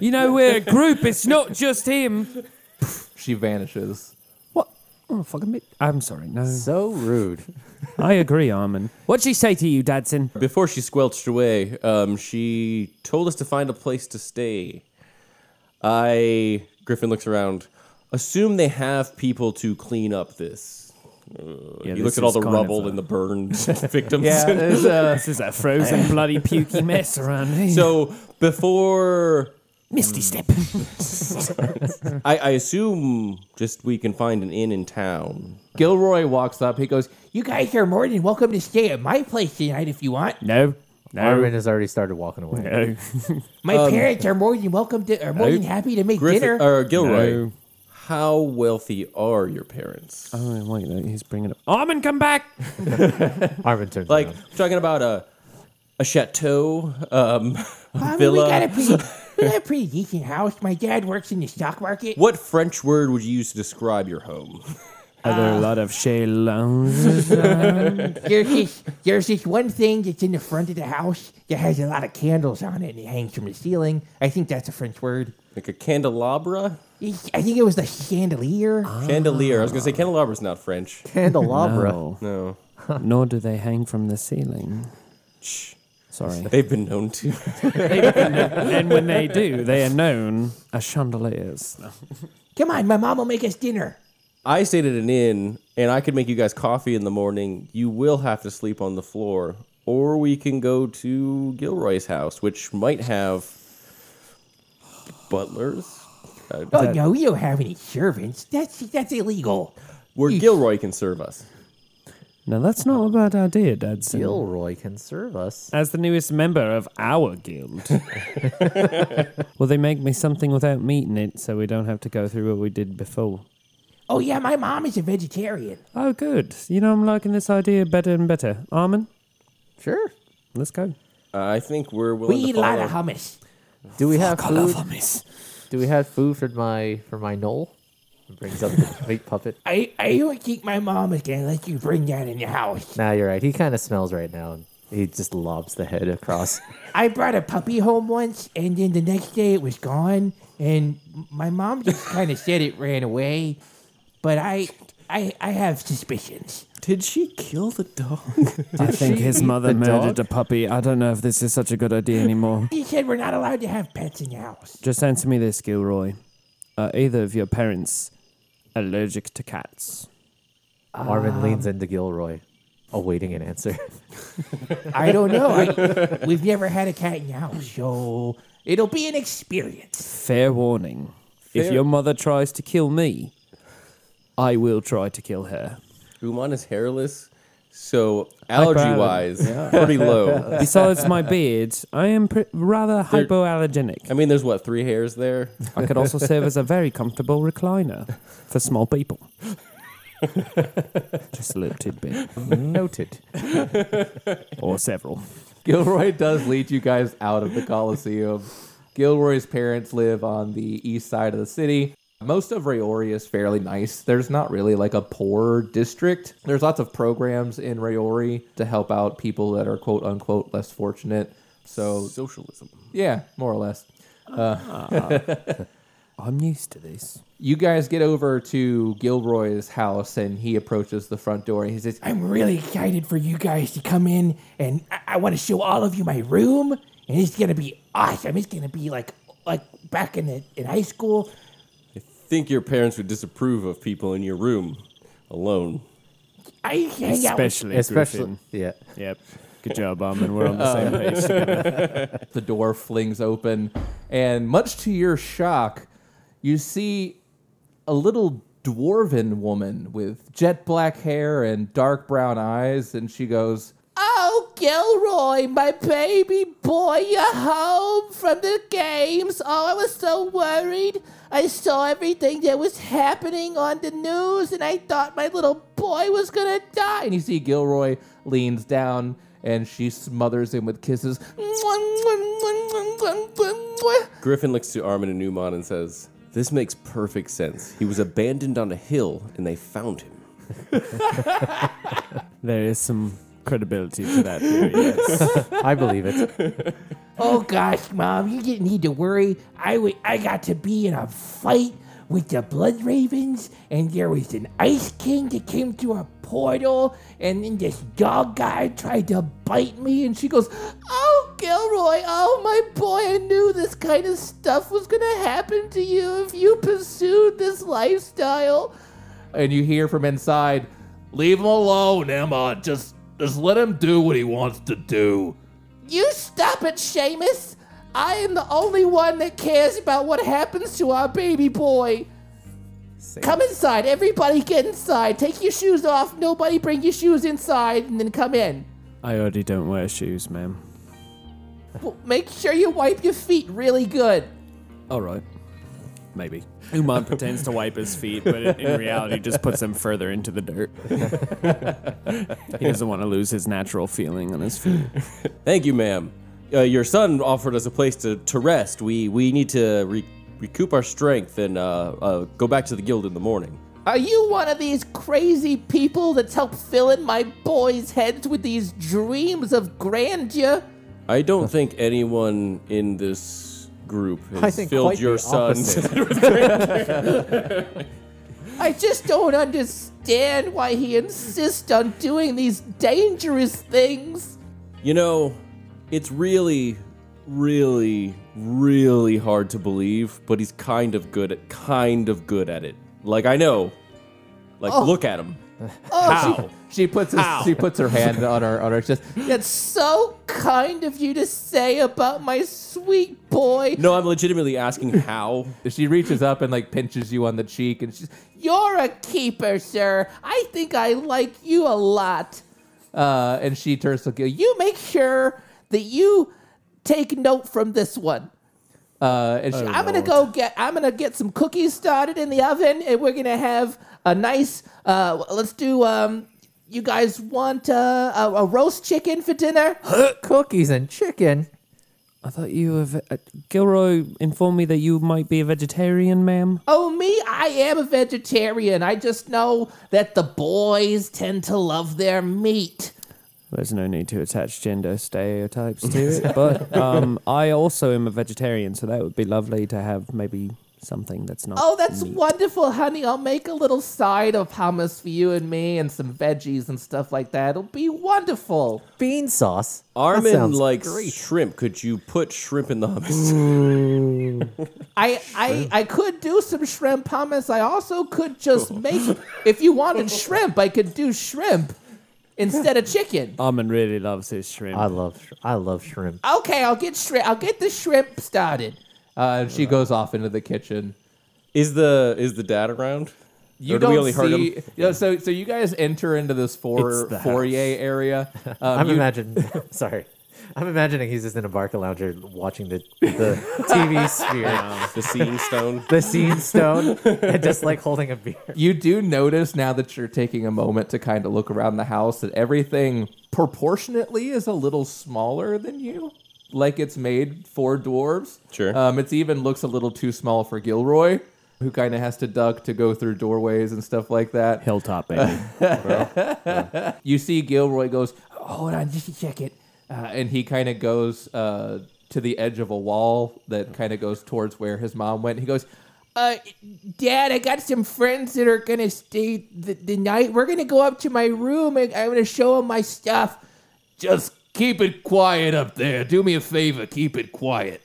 S2: You know, we're a group. It's not just him.
S1: She vanishes.
S2: What? Oh, fucking bit. I'm sorry. No.
S3: so rude.
S2: I agree, Armin. What'd she say to you, Dadson?
S4: Before she squelched away, um, she told us to find a place to stay. I. Griffin looks around. Assume they have people to clean up this. Uh,
S2: Yeah,
S4: you look
S2: this
S4: at all
S2: is
S4: the
S2: kind of
S4: rubble
S2: a-
S4: and the burned victims.
S1: Yeah, it's, uh,
S2: This is a frozen, bloody, pukey mess around here.
S4: so before
S2: Misty Step.
S4: I, I assume just we can find an inn in town.
S1: Gilroy walks up. He goes,
S5: You guys are more than welcome to stay at my place tonight if you want.
S2: No. No.
S3: Armin has already started walking away.
S2: No.
S5: My parents are more than welcome to, are more than happy to make
S4: Um, Griffin uh,
S5: dinner.
S4: or Gilroy,
S2: No.
S4: how wealthy are your parents?
S2: Oh, wait, no, he's bringing up. Armin, come back!
S3: Armin turns
S4: Like
S3: around.
S4: I'm talking about a a chateau, um, a
S5: I mean,
S4: villa.
S5: we got a pretty, we got a pretty decent house. My dad works in the stock market.
S4: What French word would you use to describe your home?
S2: Are there a lot of chalons?
S5: There's this, there's this one thing that's in the front of the house that has a lot of candles on it and it hangs from the ceiling. I think that's a French word.
S4: Like a candelabra?
S5: It's- I think it was the chandelier.
S4: Chandelier. I was gonna say candelabra's not French.
S3: Candelabra.
S4: No.
S2: Oh. Nor do they hang from the ceiling.
S4: Shh.
S2: Sorry.
S4: They've been known to.
S2: and when they do, they are known as chandeliers.
S5: Come on, my mom will make us dinner.
S4: I stayed at an inn and I could make you guys coffee in the morning. You will have to sleep on the floor. Or we can go to Gilroy's house, which might have butlers. Uh,
S5: Oh no, we don't have any servants. That's that's illegal.
S4: where Gilroy can serve us.
S2: Now, that's not a bad idea, Dadson.
S3: Gilroy can serve us.
S2: As the newest member of our guild, will they make me something without meat in it so we don't have to go through what we did before?
S5: Oh yeah, my mom is a vegetarian.
S2: Oh, good. You know, I'm liking this idea better and better. Armin,
S3: Sure.
S2: let's go.
S4: I think we're
S5: We
S4: willing to
S5: eat a lot of
S4: follow-
S5: hummus.
S3: Do we have food?
S2: hummus.
S3: Do we have food for my for my knoll? Brings up the meat puppet.
S5: I, I don't think my mom is gonna let you bring that in the house.
S3: Nah, you're right. He kind of smells right now. and He just lobs the head across.
S5: I brought a puppy home once, and then the next day it was gone, and my mom just kind of said it ran away, but I I I have suspicions.
S4: Did she kill the dog?
S2: I think his mother
S3: the
S2: murdered
S3: dog?
S2: a puppy. I don't know if this is such a good idea anymore.
S5: She said we're not allowed to have pets in the house.
S2: Just answer me this, Gilroy. Are either of your parents allergic to cats?
S3: Armin leans into Gilroy, awaiting an answer.
S5: I don't know. I, we've never had a cat in the house, so it'll be an experience.
S2: Fair warning. If
S4: Fair-
S2: your mother tries to kill me, I will try to kill her.
S4: Uman is hairless, so allergy wise, pretty low.
S2: Besides my beard, I am pr- rather hypoallergenic.
S4: I mean, there's what, three hairs there?
S2: I could also serve as a very comfortable recliner for small people. Just a little tidbit,
S3: Mm, Noted.
S2: or several.
S1: Gilroy does lead you guys out of the Coliseum. Gilroy's parents live on the east side of the city. Most of Raoria is fairly nice. There's not really like a poor district. There's lots of programs in Raori to help out people that are quote unquote less fortunate. So,
S4: Socialism.
S1: yeah, more or less.
S2: Ah. I'm used to this.
S1: You guys get over to Gilroy's house and he approaches the front door and he says,
S5: I'm really excited for you guys to come in, and I, I want to show all of you my room, and it's gonna be awesome. It's gonna be like like back in the, in high school.
S4: Think your parents would disapprove of people in your room alone.
S5: I used to hang out. With,
S2: Especially,
S3: Especially, Uh.
S2: Griffin.
S3: yeah.
S2: Yep. Good job, Armin. We're on the same page.
S1: The door flings open, and much to your shock, you see a little dwarven woman with jet black hair and dark brown eyes, and she goes,
S5: oh Gilroy, my baby boy, you're home from the games. Oh, I was so worried. I saw everything that was happening on the news, and I thought my little boy was gonna die.
S1: And you see Gilroy leans down and she smothers him with kisses.
S4: Griffin looks to Armin and Newman and says, This makes perfect sense. He was abandoned on a hill and they found him.
S2: There is some credibility to that theory. yes.
S3: I believe it.
S5: Oh gosh, mom, you didn't need to worry. I wa- I got to be in a fight with the Blood Ravens, and there was an Ice King that came through a portal, and then this dog guy tried to bite me, and she goes, "Oh, Gilroy, oh my boy, I knew this kind of stuff was gonna happen to you if you pursued this lifestyle."
S1: and you hear from inside, "Leave him alone, Emma. Just just let him do what he wants to do."
S5: You stop it, Seamus! I am the only one that cares about what happens to our baby boy. Come inside. Everybody get inside. Take your shoes off. Nobody bring your shoes inside and then come in.
S2: I already don't wear shoes, ma'am.
S5: W- Make sure you wipe your feet really good.
S2: All right. Maybe. Uman pretends to wipe his feet, but in, in reality just puts them further into the dirt. he doesn't want to lose his natural feeling on his feet.
S4: Thank you, ma'am. Uh, your son offered us a place to, to rest. We we need to re- recoup our strength and uh, uh, go back to the guild in the morning.
S5: Are you one of these crazy people that's helped fill in my boys' heads with these dreams of grandeur?
S4: I don't think anyone in this group
S3: I
S4: has
S3: think
S4: filled
S3: quite
S4: your
S3: the
S4: son's.
S3: opposite.
S5: I just don't understand why he insists on doing these dangerous things.
S4: You know, it's really, really, really hard to believe, but he's kind of good at kind of good at it. Like I know, like
S1: Oh.
S4: look at him. How?
S1: She puts his, she puts her hand on her on her chest.
S5: That's so kind of you to say about my sweet boy.
S4: No, I'm legitimately asking how.
S1: She reaches up and like pinches you on the cheek, and she's
S5: You're a keeper, sir. I think I like you a lot.
S1: uh, and she turns to Gil.
S5: You make sure that you take note from this one.
S1: Uh, and she,
S2: Oh.
S5: I'm gonna go get. I'm gonna get some cookies started in the oven, and we're gonna have a nice. Uh, let's do. Um, you guys want uh, a, a roast chicken for dinner?
S3: Cookies and chicken.
S2: I thought you were. Ve- uh, Gilroy informed me that you might be a vegetarian, ma'am.
S5: Oh, me, I am a vegetarian. I just know that the boys tend to love their meat.
S2: There's no need to attach gender stereotypes to it, but um, I also am a vegetarian, so that would be lovely to have maybe something that's not.
S5: Oh, that's
S2: meat.
S5: wonderful, honey. I'll make a little side of hummus for you and me and some veggies and stuff like that. It'll be wonderful.
S3: Bean sauce. That
S4: Armin
S3: sounds
S4: likes
S3: great.
S4: shrimp. Could you put shrimp in the hummus?
S5: I, I, I could do some shrimp hummus. I also could
S1: Oh.
S5: just make, if you wanted shrimp, I could do shrimp instead of chicken.
S2: Armin really loves his shrimp.
S3: I love sh- I love shrimp.
S5: Okay, I'll get shrimp. I'll get the shrimp started.
S1: uh, and she goes off into the kitchen.
S4: Is the is the dad around?
S1: You
S4: Or do
S1: don't
S4: we only heard
S1: see.
S4: him?
S1: you know, so so you guys enter into this for,
S2: It's the house.
S1: foyer area. Um,
S3: I'm
S1: you-
S3: imagining. sorry, I'm imagining he's just in a barca lounger watching the the TV sphere,
S4: Ah, The seeing stone.
S3: the scene stone, and just like holding a beer.
S1: you do notice now that you're taking a moment to kind of look around the house that everything proportionately is a little smaller than you. Like it's made for dwarves.
S4: Sure.
S1: Um, it's even looks a little too small for Gilroy, who kind of has to duck to go through doorways and stuff like that.
S2: Hilltop, baby.
S1: You see Gilroy goes, hold on just a second. Uh, and he kind of goes uh, to the edge of a wall that kind of goes towards where his mom went. He goes,
S5: Uh, Dad, I got some friends that are gonna stay the, the night. We're gonna go up to my room and I'm gonna show them my stuff.
S1: just keep it quiet up there. Do me a favor, keep it quiet.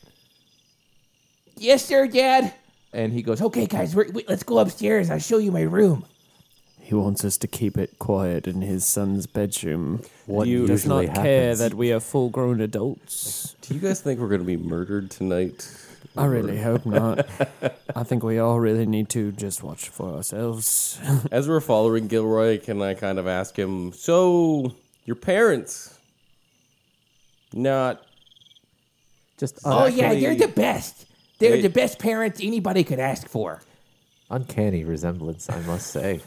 S5: Yes, sir, Dad.
S1: And he goes,
S5: Okay, guys, we're, we, let's go upstairs. I'll show you my room.
S2: He wants us to keep it quiet in his son's bedroom.
S3: What
S2: He does not
S3: usually
S2: care
S3: happens?
S2: that we are full grown adults.
S4: Do you guys think we're gonna be murdered tonight?
S2: I really hope not. I think we all really need to just watch for ourselves.
S4: As we're following Gilroy, can I kind of ask him? So your parents, Not
S3: Just
S5: Oh
S3: un-
S5: yeah, they're the best. They're
S4: They-
S5: the best parents anybody could ask for.
S3: uncanny resemblance, I must say.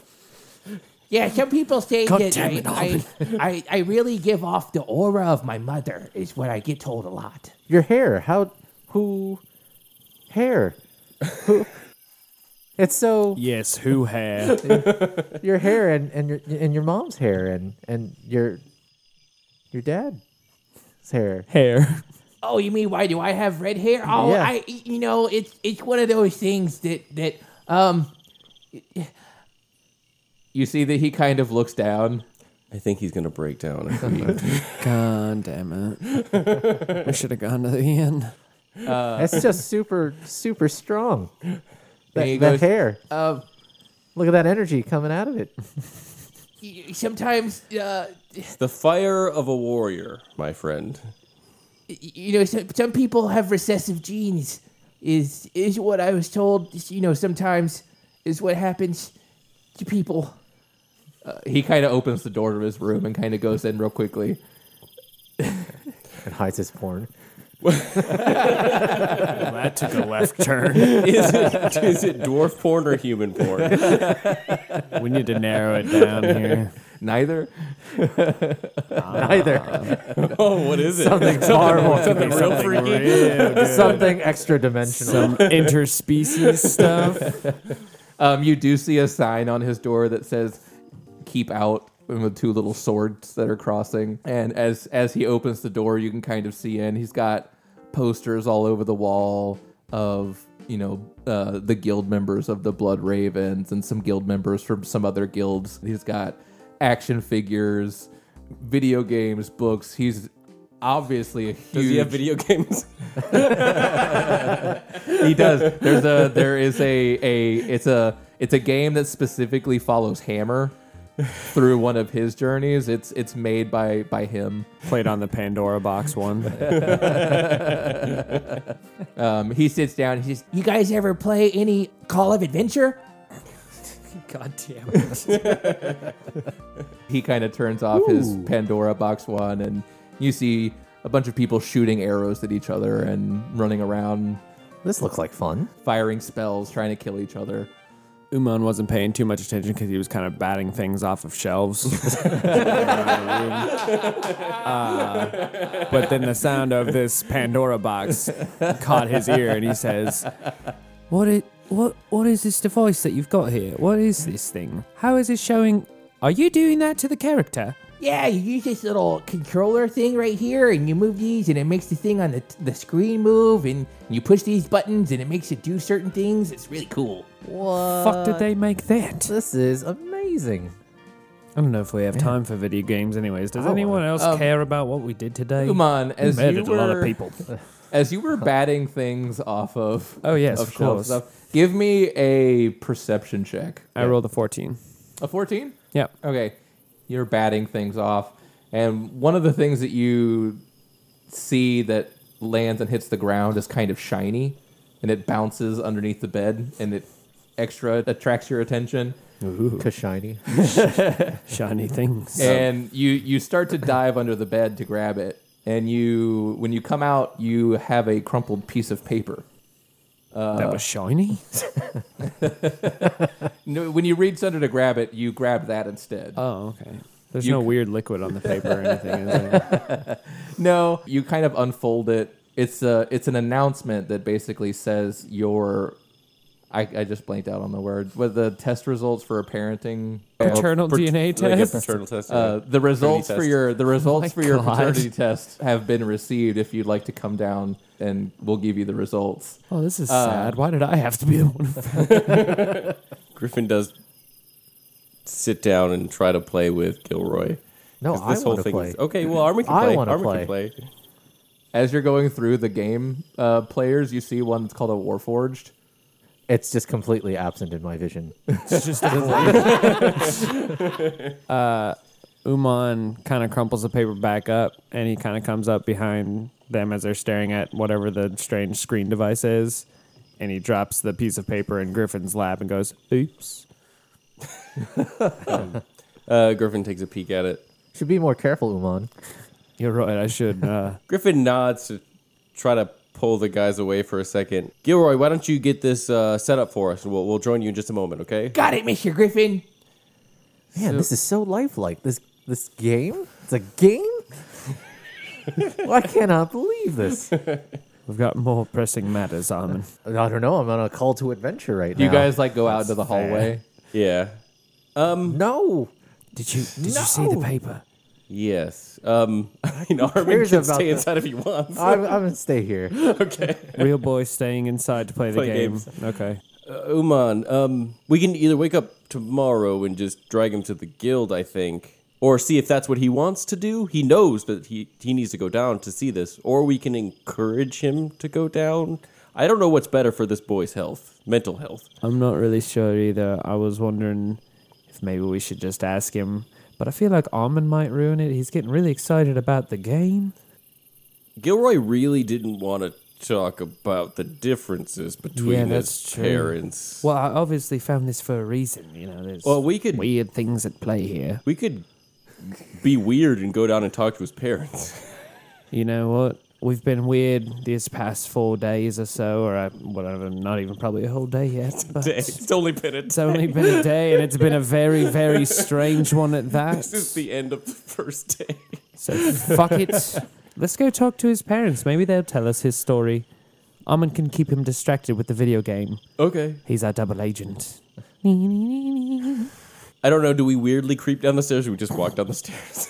S5: Yeah, some people say
S3: God
S5: that
S3: damn
S5: I,
S3: it,
S5: I, I, I really give off the aura of my mother, is what I get told a lot.
S3: Your hair, how, who, hair, who, it's so
S2: Yes, who hair?
S3: your hair and, and your and your mom's hair and and your your dad's hair.
S2: hair.
S5: Oh, you mean why do I have red hair? Oh,
S3: Yeah.
S5: I you know, it's it's one of those things that that um
S1: You see that he kind of looks down.
S4: I think he's gonna break down.
S2: God damn it. we should have gone to the inn.
S3: That's just super super strong.
S1: he
S3: That, that
S1: goes-
S3: hair.
S1: Um,
S3: Look at that energy coming out of it.
S5: y- y- sometimes uh y-
S4: the fire of a warrior, my friend.
S5: you know some, some people have recessive genes is is what I was told, you know, sometimes is what happens to people.
S1: he kind of opens the door to his room and kind of goes in real quickly.
S3: And hides his porn.
S2: That took a left turn.
S4: Is it, is it dwarf porn or human porn?
S2: We need to narrow it down here.
S1: Neither.
S3: Neither.
S4: Oh, what is it?
S3: Something far more
S4: Something real freaky.
S3: something extra dimensional.
S2: Some interspecies stuff.
S1: Um, you do see a sign on his door that says "Keep out" and with two little swords that are crossing. And as as he opens the door, you can kind of see in. He's got posters all over the wall of you know uh, the guild members of the Blood Ravens and some guild members from some other guilds. He's got action figures, video games, books. He's obviously a huge
S4: Does he have video games?
S1: he does. There's a there is a a it's a it's a game that specifically follows Hammer through one of his journeys. It's it's made by by him.
S2: Played on the Pandora box one.
S1: Um, he sits down. He says,
S5: You guys ever play any Call of Adventure?
S2: God damn it.
S1: he kind of turns off his Pandora box one, and you see a bunch of people shooting arrows at each other and running around,
S3: this looks like fun.
S1: firing spells, trying to kill each other.
S2: Uman wasn't paying too much attention because he was kind of batting things off of shelves. Uh, but then the sound of this Pandora box caught his ear, and he says, "What it? What? What is this device that you've got here? What is this thing? How is it showing? Are you doing that to the character?"
S5: Yeah, you use this little controller thing right here, and you move these, and it makes the thing on the, the screen move, and you push these buttons, and it makes it do certain things. It's really cool.
S3: What?
S2: Fuck! Did they make that?
S3: This is amazing.
S2: I don't know if we have time for video games, anyways.
S1: Oh,
S2: Does anyone else care about what we did today?
S1: Uman, as um, you
S2: murdered a lot
S1: were-
S2: of people.
S1: As you were batting things off of
S2: Oh, yes,
S1: of
S2: of
S1: shelves
S2: course.
S1: stuff, give me a perception check.
S2: I rolled a fourteen.
S1: A fourteen.
S2: Yeah.
S1: Okay, you're batting things off, and one of the things that you see that lands and hits the ground is kind of shiny, and it bounces underneath the bed, and it extra attracts your attention,
S3: Kashiny.
S2: Shiny things.
S1: and you you start to dive under the bed to grab it, and you when you come out, you have a crumpled piece of paper.
S2: that was shiny.
S1: No, when you reach under to grab it, you grab that instead.
S2: Oh, okay. There's
S1: You
S2: no weird liquid on the paper or anything. Is there?
S1: No, you kind of unfold it. It's a it's an announcement that basically says your. I, I just blanked out on the word. With the test results for a parenting
S2: Paternal DNA
S4: Like a
S2: test.
S4: paternal test.
S1: Uh, the results for
S4: test.
S1: your the results for your
S2: God.
S1: paternity test have been received. If you'd like to come down, and we'll give you the results.
S2: oh, this is sad. Why did I have to be the one? who-
S4: Griffin does sit down and try to play with Gilroy.
S3: No,
S4: 'Cause
S3: Oh, I
S4: This whole
S3: want to
S4: thing
S3: play.
S4: is okay. Well, Armin can
S3: I
S4: play.
S3: wanna
S4: Armin can play.
S1: As you're going through the game uh, players, you see one that's called a Warforged.
S3: It's just completely absent in my vision.
S2: It's just a void. uh, Uman kind of crumples the paper back up, and he kind of comes up behind them as they're staring at whatever the strange screen device is, and he drops the piece of paper in Griffin's lap and goes, "Oops."
S4: Uh, Griffin takes a peek at it.
S3: Should be more careful, Uman.
S2: You're right. I should. Uh,
S4: Griffin nods to try to pull the guys away for a second. Gilroy, why don't you get this uh, set up for us, and we'll, we'll join you in just a moment, okay?
S5: Got it, Mr. Griffin.
S3: Man, this is so lifelike. This this game? It's a game? well, I cannot believe this. I
S2: we've got more pressing matters, Armin.
S3: don't know. I'm on a call to adventure right
S1: Do
S3: now.
S1: you guys like go out into the hallway?
S4: Yeah.
S3: No.
S2: Did you Did you see the
S3: No.
S2: paper?
S4: Yes. Um, I mean, Armin
S3: cares
S4: can
S3: about
S4: stay
S3: that? Uh,
S4: inside if he wants.
S3: I'm, I'm gonna stay here.
S4: okay.
S2: Real boy staying inside to play the
S4: Play
S2: game.
S4: games.
S2: Okay.
S4: Uh, Uman, um, we can either wake up tomorrow and just drag him to the guild, I think, or see if that's what he wants to do. He knows that he, he needs to go down to see this, or we can encourage him to go down. I don't know what's better for this boy's health, mental health.
S2: I'm not really sure either. I was wondering if maybe we should just ask him. But I feel like Armin might ruin it. He's getting really excited about the game.
S4: Gilroy really didn't want to talk about the differences between
S2: Yeah,
S4: his
S2: that's true.
S4: parents.
S2: Well, I obviously found this for a reason. You know, there's
S4: Well, we could-
S2: weird things at play here.
S4: We could be weird and go down and talk to his parents.
S2: You know what? We've been weird these past four days or so, or uh, whatever. Not even probably a whole day yet, but
S4: it's only been a
S2: it's only been a day, and it's been a very, very strange one at that.
S4: This is the end of the first day.
S2: So fuck it. Let's go talk to his parents. Maybe they'll tell us his story. Armin can keep him distracted with the video game.
S4: Okay.
S2: He's our double agent.
S4: I don't know. Do we weirdly creep down the stairs or we just walk down the stairs?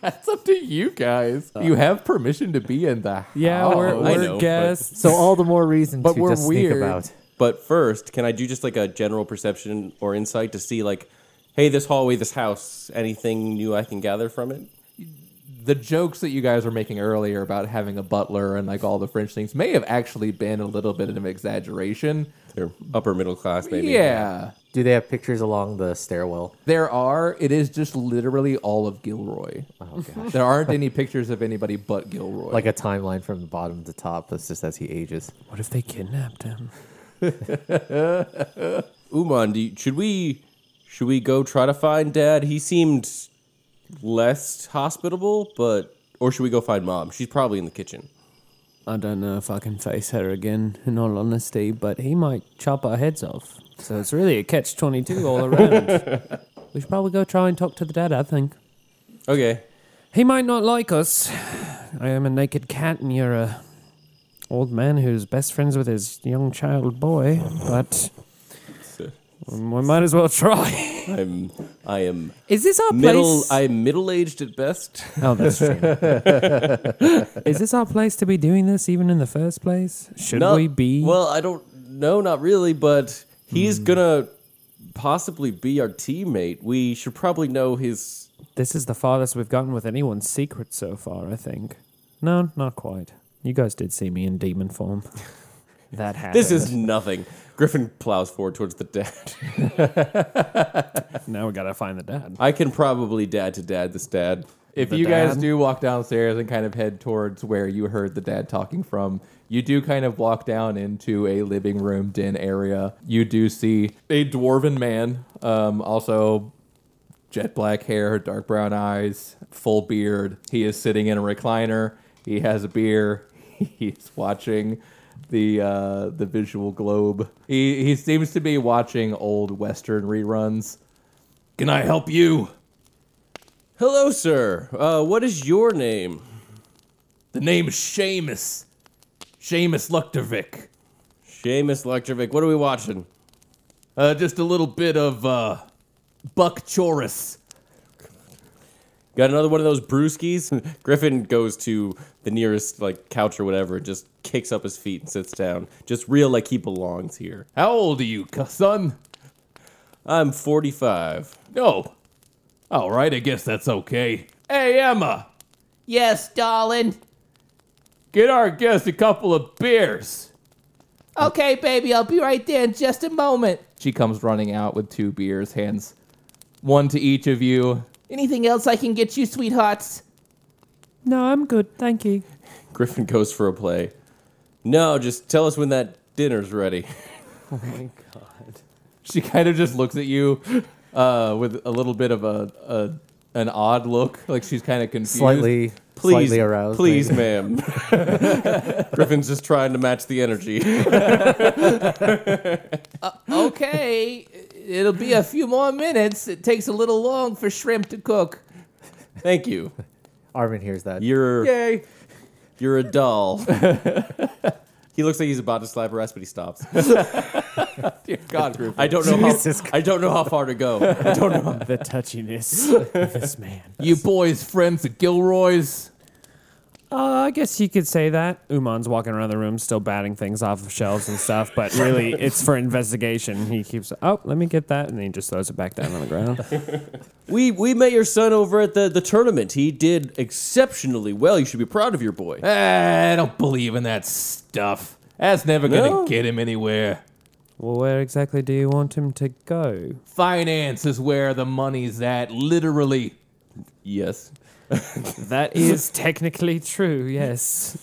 S1: That's up to you guys. You have permission to be in the
S2: Yeah,
S1: house.
S2: we're,
S4: I
S2: we're
S4: know, but-
S2: guests.
S3: So all the more reason
S1: But
S3: to
S1: we're
S3: just
S1: weird.
S3: sneak about.
S4: but first, can I do just like a general perception or insight to see, like, hey, this hallway, this house, anything new I can gather from it?
S1: the jokes that you guys were making earlier about having a butler and like all the French things may have actually been a little bit of an exaggeration.
S4: Or upper middle class, maybe.
S1: Yeah.
S3: Do they have pictures along the stairwell?
S1: There are. It is just literally all of Gilroy.
S3: Oh gosh.
S1: There aren't any pictures of anybody but Gilroy.
S3: like a timeline from the bottom to top. That's just as he ages.
S2: What if they kidnapped him?
S4: Uman, do you, should we should we go try to find Dad? He seemed less hospitable, but or should we go find Mom? She's probably in the kitchen.
S2: I don't know if I can face her again, in all honesty, but he might chop our heads off. So it's really a catch 22 all around. we should probably go try and talk to the dad, I think.
S4: Okay.
S2: He might not like us. I am a naked cat and you're a old man who's best friends with his young child boy, but we might as well try.
S4: I'm I am
S2: Is this our
S4: middle
S2: place?
S4: I'm middle aged at best.
S2: Oh, that's true. Is this our place to be doing this even in the first place? Should
S4: Not-
S2: we be? Hmm.
S4: Well, I don't no, not really, but he's gonna possibly be our teammate. We should probably know his
S2: This is the farthest we've gotten with anyone's secret so far, I think. No, not quite. You guys did see me in demon form. that happened.
S4: this is nothing. Griffin plows forward towards the dad.
S2: now we gotta find the dad.
S4: I can probably dad to dad this dad.
S1: if
S2: the
S1: you guys
S2: dad.
S1: do walk downstairs and kind of head towards where you heard the dad talking from, you do kind of walk down into a living room den area. You do see a dwarven man, um, also jet black hair, dark brown eyes, full beard. He is sitting in a recliner. He has a beer. He's watching the uh, the visual globe. He he seems to be watching old western reruns. Can I help you?
S4: Hello, sir. Uh, what is your name?
S1: The name is Seamus. Seamus Luchtervik.
S4: Seamus Lectrovic. What are we watching?
S1: Uh, just a little bit of uh, Buck Choris.
S4: Got another one of those brewskis? Griffin goes to the nearest like couch or whatever and just kicks up his feet and sits down. Just real like he belongs here.
S1: How old are you, cu- son?
S4: I'm 45.
S1: No. All right, I guess that's okay. Hey, Emma,
S5: Yes, darling.
S1: get our guest a couple of beers.
S5: Okay, baby, I'll be right there in just a moment.
S1: She comes running out with two beers, hands one to each of you.
S5: Anything else I can get you, sweethearts?
S2: No, I'm good, thank you.
S4: Griffin goes for a play. No, just tell us when that dinner's ready.
S1: She kind of just looks at you uh, with a little bit of a, a an odd look, like she's kind of confused.
S3: Slightly
S4: Please,
S3: Slightly aroused,
S4: please, ma'am. Griffin's just trying to match the energy.
S1: okay, it'll be a few more minutes. It takes a little long for shrimp to cook.
S4: Thank you.
S3: Armin hears that.
S4: You're
S1: Yay.
S4: you're a doll. he looks like he's about to slap her ass, but he stops.
S1: Dear God, Griffin.
S4: I don't know.
S3: Jesus
S4: How, I don't know how far to go. I don't know.
S2: The touchiness of this man.
S1: You boys friends of Gilroy's?
S2: Uh, I guess you could say that. Uman's walking around the room, still batting things off of shelves and stuff, but really, it's for investigation. He keeps, oh, let me get that, and then he just throws it back down on the ground.
S4: We we met your son over at the the tournament. He did exceptionally well. You should be proud of your boy.
S1: Eh, I don't believe in that stuff. That's never gonna
S4: No?
S1: get him anywhere.
S2: well, where exactly do you want him to go?
S1: Finance is where the money's at, literally.
S4: Yes.
S2: That is technically true, yes.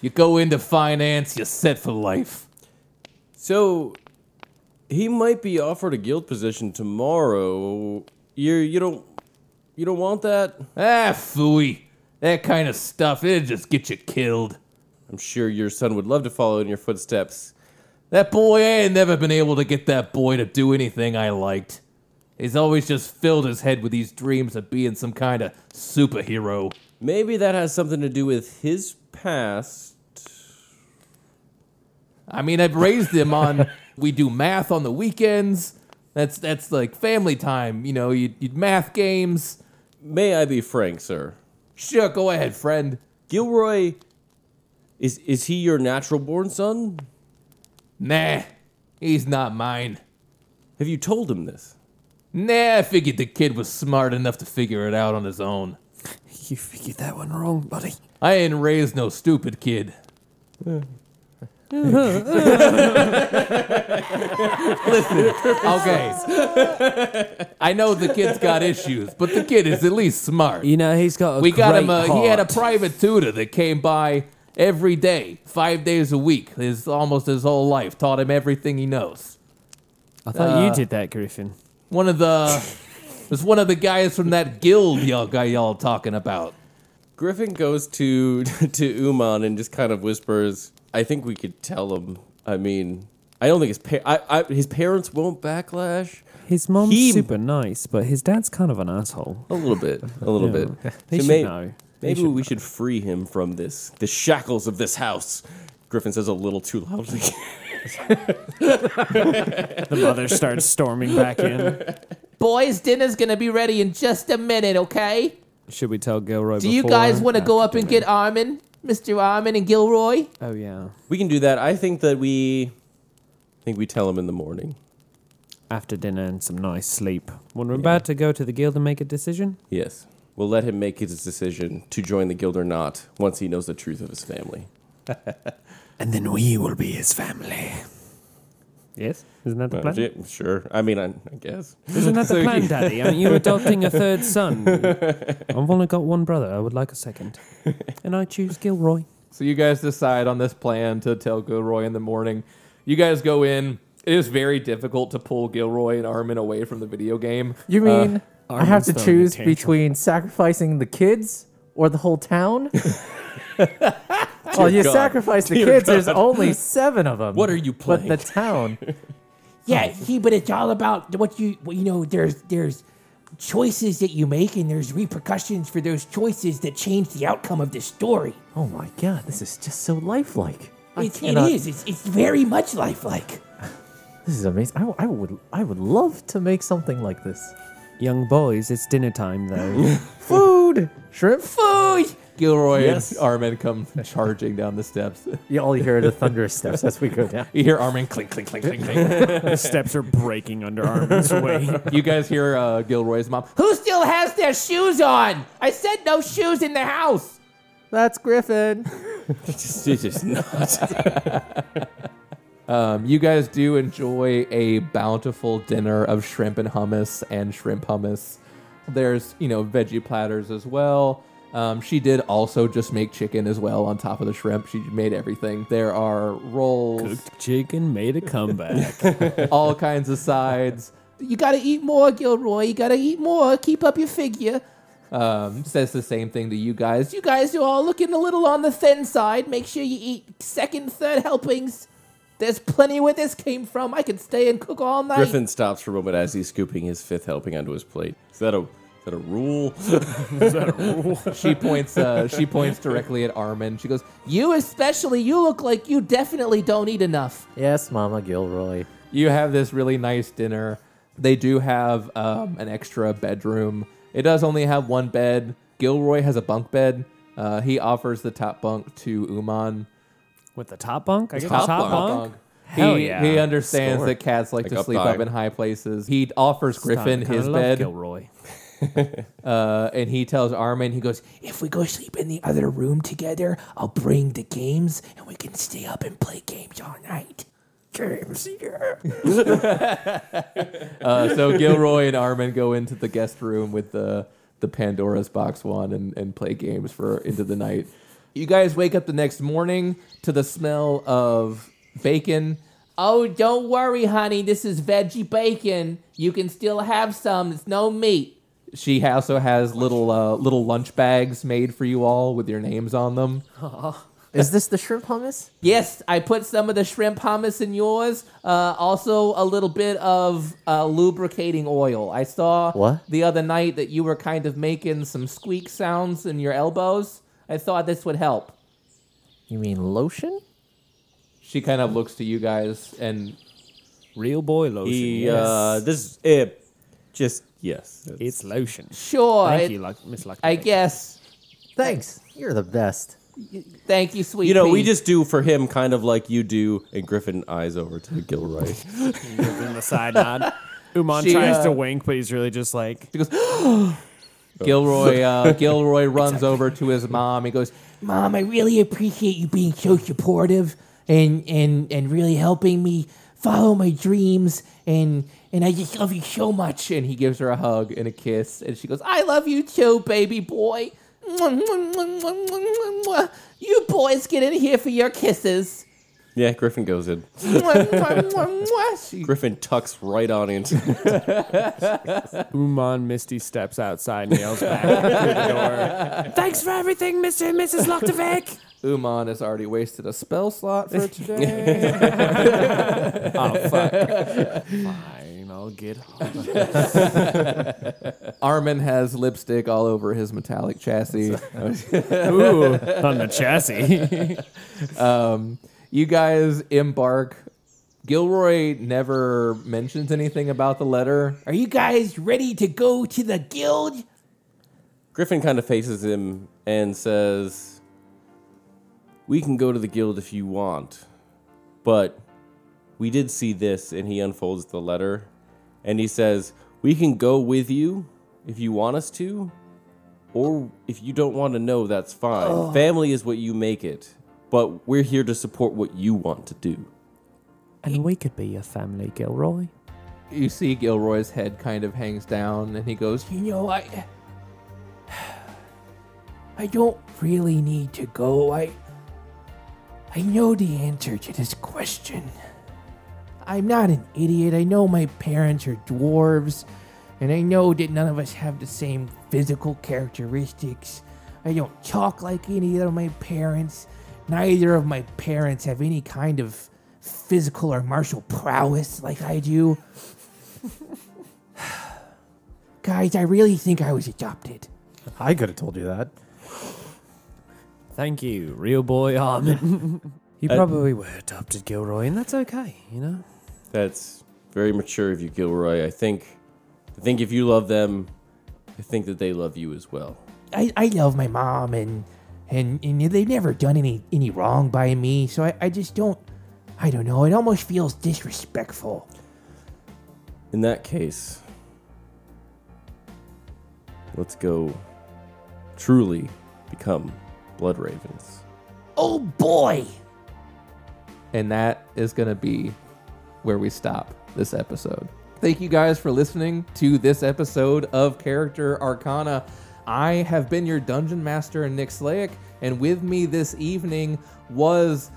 S1: You go into finance, you're set for life.
S4: So he might be offered a guild position tomorrow. You you don't you don't want that?
S1: Ah, phooey. That kind of stuff, it'll just get you killed.
S4: I'm sure your son would love to follow in your footsteps.
S1: That boy, I ain't never been able to get that boy to do anything I liked. He's always just filled his head with these dreams of being some kind of superhero.
S4: Maybe that has something to do with his past.
S1: I mean, I've raised him on we do math on the weekends. That's that's like family time, you know. You you math games.
S4: May I be frank, sir?
S1: Sure, go ahead, friend.
S4: Gilroy is is he your natural born son?
S1: Nah, he's not mine.
S4: Have you told him this?
S1: Nah, I figured the kid was smart enough to figure it out on his own.
S2: You figured that one wrong, buddy.
S1: I ain't raised no stupid kid. Listen, okay. I know the kid's got issues, but the kid is at least smart.
S2: You know, he's got a
S1: We got him.
S2: great
S1: A, he had a
S2: heart.
S1: private tutor that came by every day, five days a week, his almost his whole life. Taught him everything he knows.
S2: I thought you did that, Griffin.
S1: One of the it was one of the guys from that guild y'all guy y'all talking about.
S4: Griffin goes to to Uman and just kind of whispers, "I think we could tell him. I mean, I don't think his pa- I, I, his parents won't backlash
S2: His mom's
S4: He-
S2: super nice, but his dad's kind of an asshole.
S4: a little bit, a little
S2: Yeah.
S4: bit.
S2: They should
S4: may-
S2: know. They
S4: Maybe
S2: should
S4: we should free him from this the shackles of this house." Griffin says a little too loudly.
S2: The mother starts storming back in.
S1: Boys, dinner's gonna be ready in just a minute, okay?
S2: Should we tell Gilroy?
S1: Do you guys want to go up and get Armin, Mr. Armin and Gilroy?
S2: Oh yeah,
S4: we can do that. I think that we I think we tell him in the morning.
S2: after dinner and some nice sleep. When we're about to go to the guild and make a decision,
S4: Yes. We'll let him make his decision to join the guild or not once he knows the truth of his family.
S2: and then we will be his family. Yes, isn't that the
S4: Uh,
S2: plan?
S4: yeah, sure. I mean, I, I guess.
S2: Isn't that the plan, Daddy? I mean, you're adopting a third son. I've only got one brother. I would like a second, and I choose Gilroy.
S1: So you guys decide on this plan to tell Gilroy in the morning. You guys go in. It is very difficult to pull Gilroy and Armin away from the video game.
S3: You
S4: Uh,
S3: mean I have
S2: Armin's
S3: to
S2: throwing a
S3: choose
S2: tantrum.
S3: between sacrificing the kids or the whole town? well, you
S4: God.
S3: sacrifice the
S4: Dear
S3: kids. There's only seven of them.
S4: What are you playing?
S3: But the town.
S5: Yeah, see, but it's all about what you what- you know. There's there's choices that you make, and there's repercussions for those choices that change the outcome of the story.
S3: Oh my god, this is just so lifelike. I
S5: It's, it
S3: cannot-
S5: is. It's, it's very much lifelike.
S3: This is amazing. I, I would I would love to make something like this.
S2: Young boys, it's dinner time though.
S3: Food, shrimp.
S5: Food.
S1: Gilroy
S4: Yes.
S1: and Armin come charging down the steps.
S3: You all hear the thunderous steps as we go down.
S1: You hear Armin clink, clink, clink, clink, clink.
S2: the steps are breaking under Armin's weight.
S1: You guys hear uh, Gilroy's mom.
S5: Who still has their shoes on? I said no shoes in the house.
S3: That's Griffin.
S4: It is not.
S1: Um, you guys do enjoy a bountiful dinner of shrimp and hummus and shrimp hummus. There's, you know, veggie platters as well. Um, she did also just make chicken as well on top of the shrimp. She made everything. There are rolls,
S2: Cooked chicken made a comeback.
S1: all kinds of sides.
S5: You gotta eat more, Gilroy. You gotta eat more. Keep up your figure.
S1: um, says the same thing to you guys. You guys are all looking a little on the thin side. Make sure you eat second, third helpings. There's plenty where this came from. I could stay and cook all night.
S4: Griffin stops for a moment as he's scooping his fifth helping onto his plate. Is that a is that a rule?
S1: She points. Uh, she points directly at Armin. She goes, "You especially. You look like you definitely don't eat enough."
S3: Yes, Mama Gilroy.
S1: you have this really nice dinner. They do have um, an extra bedroom. It does only have one bed. Gilroy has a bunk bed. Uh, he offers the top bunk to Uman.
S2: With the top bunk? I get
S4: top
S2: the top
S4: bunk.
S2: bunk?
S1: He,
S2: Hell yeah.
S1: he understands
S2: Score.
S1: that cats like,
S4: Like
S1: to
S4: up
S1: sleep
S4: high.
S1: up in high places. He offers Griffin
S2: Kinda
S1: his
S2: love
S1: bed,
S2: Gilroy.
S1: uh, and he tells Armin, he goes,
S5: If we go sleep in the other room together, I'll bring the games and we can stay up and play games all night. Games, yeah.
S1: Uh, so Gilroy and Armin go into the guest room with the the Pandora's box one and, and play games for into the night. You guys wake up the next morning to the smell of bacon.
S5: Oh, don't worry, honey. This is veggie bacon. You can still have some. It's no meat.
S1: She also has little uh, little lunch bags made for you all with your names on them.
S3: Is this the shrimp hummus?
S5: Yes, I put some of the shrimp hummus in yours. Uh, also, a little bit of uh, lubricating oil. I saw
S3: What?
S5: the other night that you were kind of making some squeak sounds in your elbows. I thought this would help.
S3: You mean lotion?
S1: She kind of looks to you guys and
S2: Real boy lotion.
S4: He,
S2: yes.
S4: uh, this is it. Just yes.
S2: it's lotion.
S5: Sure,
S2: Thank
S5: it-
S2: you, Luck- Miss Luck.
S5: I guess.
S3: Thanks. You're the best.
S5: Thank you, sweet.
S4: You know, we
S5: pea.
S4: just do for him kind of like you do, and Griffin eyes over to Gilroy.
S2: the side nod. Uman
S1: She,
S2: tries
S1: uh,
S2: to wink, but he's really just like,
S1: Gilroy uh, Gilroy runs over to his mom. He goes,
S5: Mom, I really appreciate you being so supportive and and and really helping me follow my dreams and and I just love you so much.
S1: and he gives her a hug and a kiss, and she goes, "I love you too, baby boy."
S5: You boys get in here for your kisses.
S4: yeah, Griffin goes in.
S1: she
S4: Griffin tucks right on into
S2: Uman Misty steps outside and yells back through the door. Thanks for everything, Mr. and Mrs. Lochtovic.
S1: Uman has already wasted a spell slot for today.
S2: oh, fuck. Fine, I'll get home.
S1: Armin has lipstick all over his metallic chassis.
S2: Ooh, on the chassis.
S1: you guys embark. Gilroy never mentions anything about the letter.
S5: Are you guys ready to go to the guild?
S4: Griffin kind of faces him and says, We can go to the guild if you want, but we did see this. And he unfolds the letter and he says, We can go with you if you want us to, or if you don't want to know, that's fine. Family is what you make it, but we're here to support what you want to do.
S2: and we could be your family, Gilroy.
S1: You see Gilroy's head kind of hangs down and he goes,
S5: You know, I I don't really need to go. I I know the answer to this question. I'm not an idiot. I know my parents are dwarves, and I know that none of us have the same physical characteristics. I don't talk like any of my parents. Neither of my parents have any kind of physical or martial prowess like I do. Guys, I really think I was adopted.
S3: I could have told you that.
S2: Thank you, real boy Armin. you
S3: Uh,
S2: probably were adopted, Gilroy, and that's okay, you know?
S4: That's very mature of you, Gilroy. I think, I think if you love them, I think that they love you as well.
S5: I, I love my mom and and and they've never done any any wrong by me so I, I just don't I don't know it almost feels disrespectful
S4: In that case, let's go truly become blood ravens.
S5: oh boy
S1: And that is going to be where we stop this episode. Thank you guys for listening to this episode of Character Arcana. I have been your dungeon master, Nick Slayick, and with me this evening was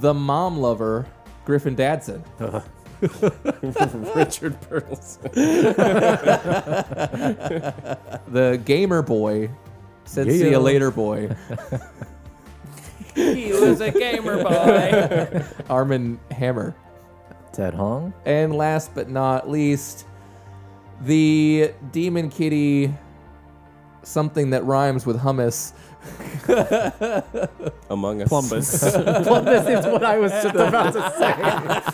S1: the mom lover, Griffin Dadson.
S4: Richard Pearls.
S1: The gamer boy said, "See
S3: Yeah.
S1: you later, boy."
S2: he was a gamer boy.
S1: Armin Hammer.
S3: Ted Hong.
S1: And last but not least, the demon kitty, something that rhymes with hummus.
S4: Among Us.
S2: Plumbus.
S3: well, this is what I was just about to say.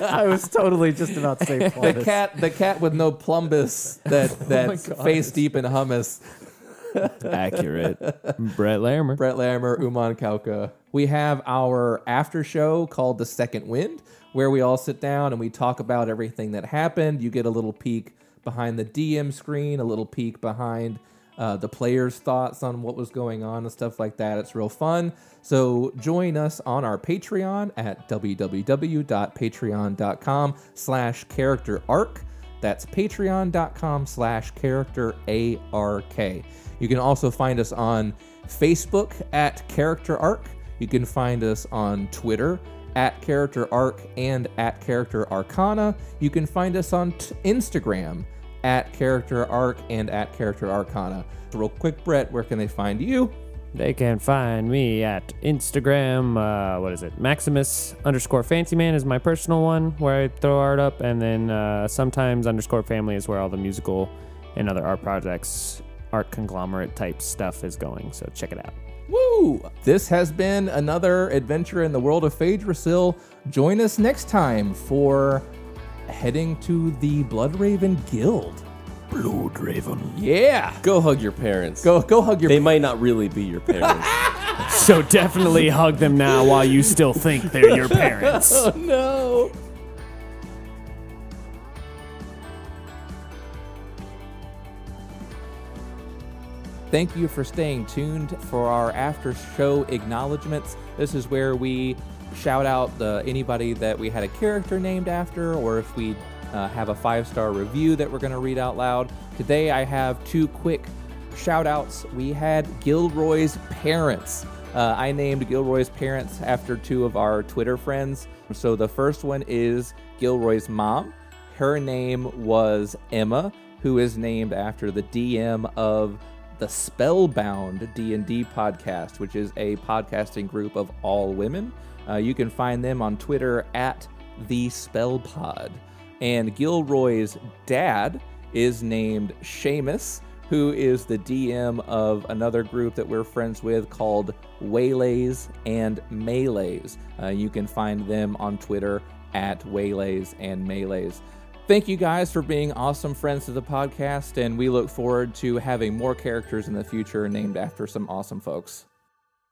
S3: I was totally just about to say
S1: The
S3: Plumbus.
S1: cat, the cat with no plumbus that that's face deep in hummus.
S2: Accurate. Brett Larimer.
S1: Brett Lammer, Uman Kauka. We have our after show called The Second Wind, where we all sit down and we talk about everything that happened. You get a little peek behind the DM screen, a little peek behind uh, the players' thoughts on what was going on and stuff like that. It's real fun. So join us on our Patreon at www.patreon.com slash character arc. That's patreon.com slash character ARK. You can also find us on Facebook at Character Arc. You can find us on Twitter at Character Arc and at Character Arcana. You can find us on t- Instagram at Character Arc and at Character Arcana. Real quick, Brett, where can they find you?
S2: They can find me at Instagram. Uh, what is it? Maximus underscore fancy man is my personal one where I throw art up, and then uh, sometimes underscore family is where all the musical and other art projects, art conglomerate type stuff is going. So check it out.
S1: Woo! This has been another adventure in the world of Phaedrusil. Join us next time for heading to the Bloodraven Guild. Bloodraven. Yeah.
S4: Go hug your parents.
S1: Go go hug your
S4: They might not really be your parents.
S2: So definitely hug them now while you still think they're your parents.
S1: no. Thank you for staying tuned for our after show acknowledgments. This is where we shout out the, anybody that we had a character named after, or if we uh, have a five star review that we're going to read out loud. Today I have two quick shout outs. We had Gilroy's parents. Uh, I named Gilroy's parents after two of our Twitter friends. So the first one is Gilroy's mom her name was Emma, who is named after the DM of the Spellbound D&D podcast, which is a podcasting group of all women. Uh, you can find them on Twitter at the Spellpod. And Gilroy's dad is named Seamus, who is the DM of another group that we're friends with called Waylays and Melees. Uh, you can find them on Twitter at Waylays and Melees. Thank you guys for being awesome friends to the podcast, and we look forward to having more characters in the future named after some awesome folks.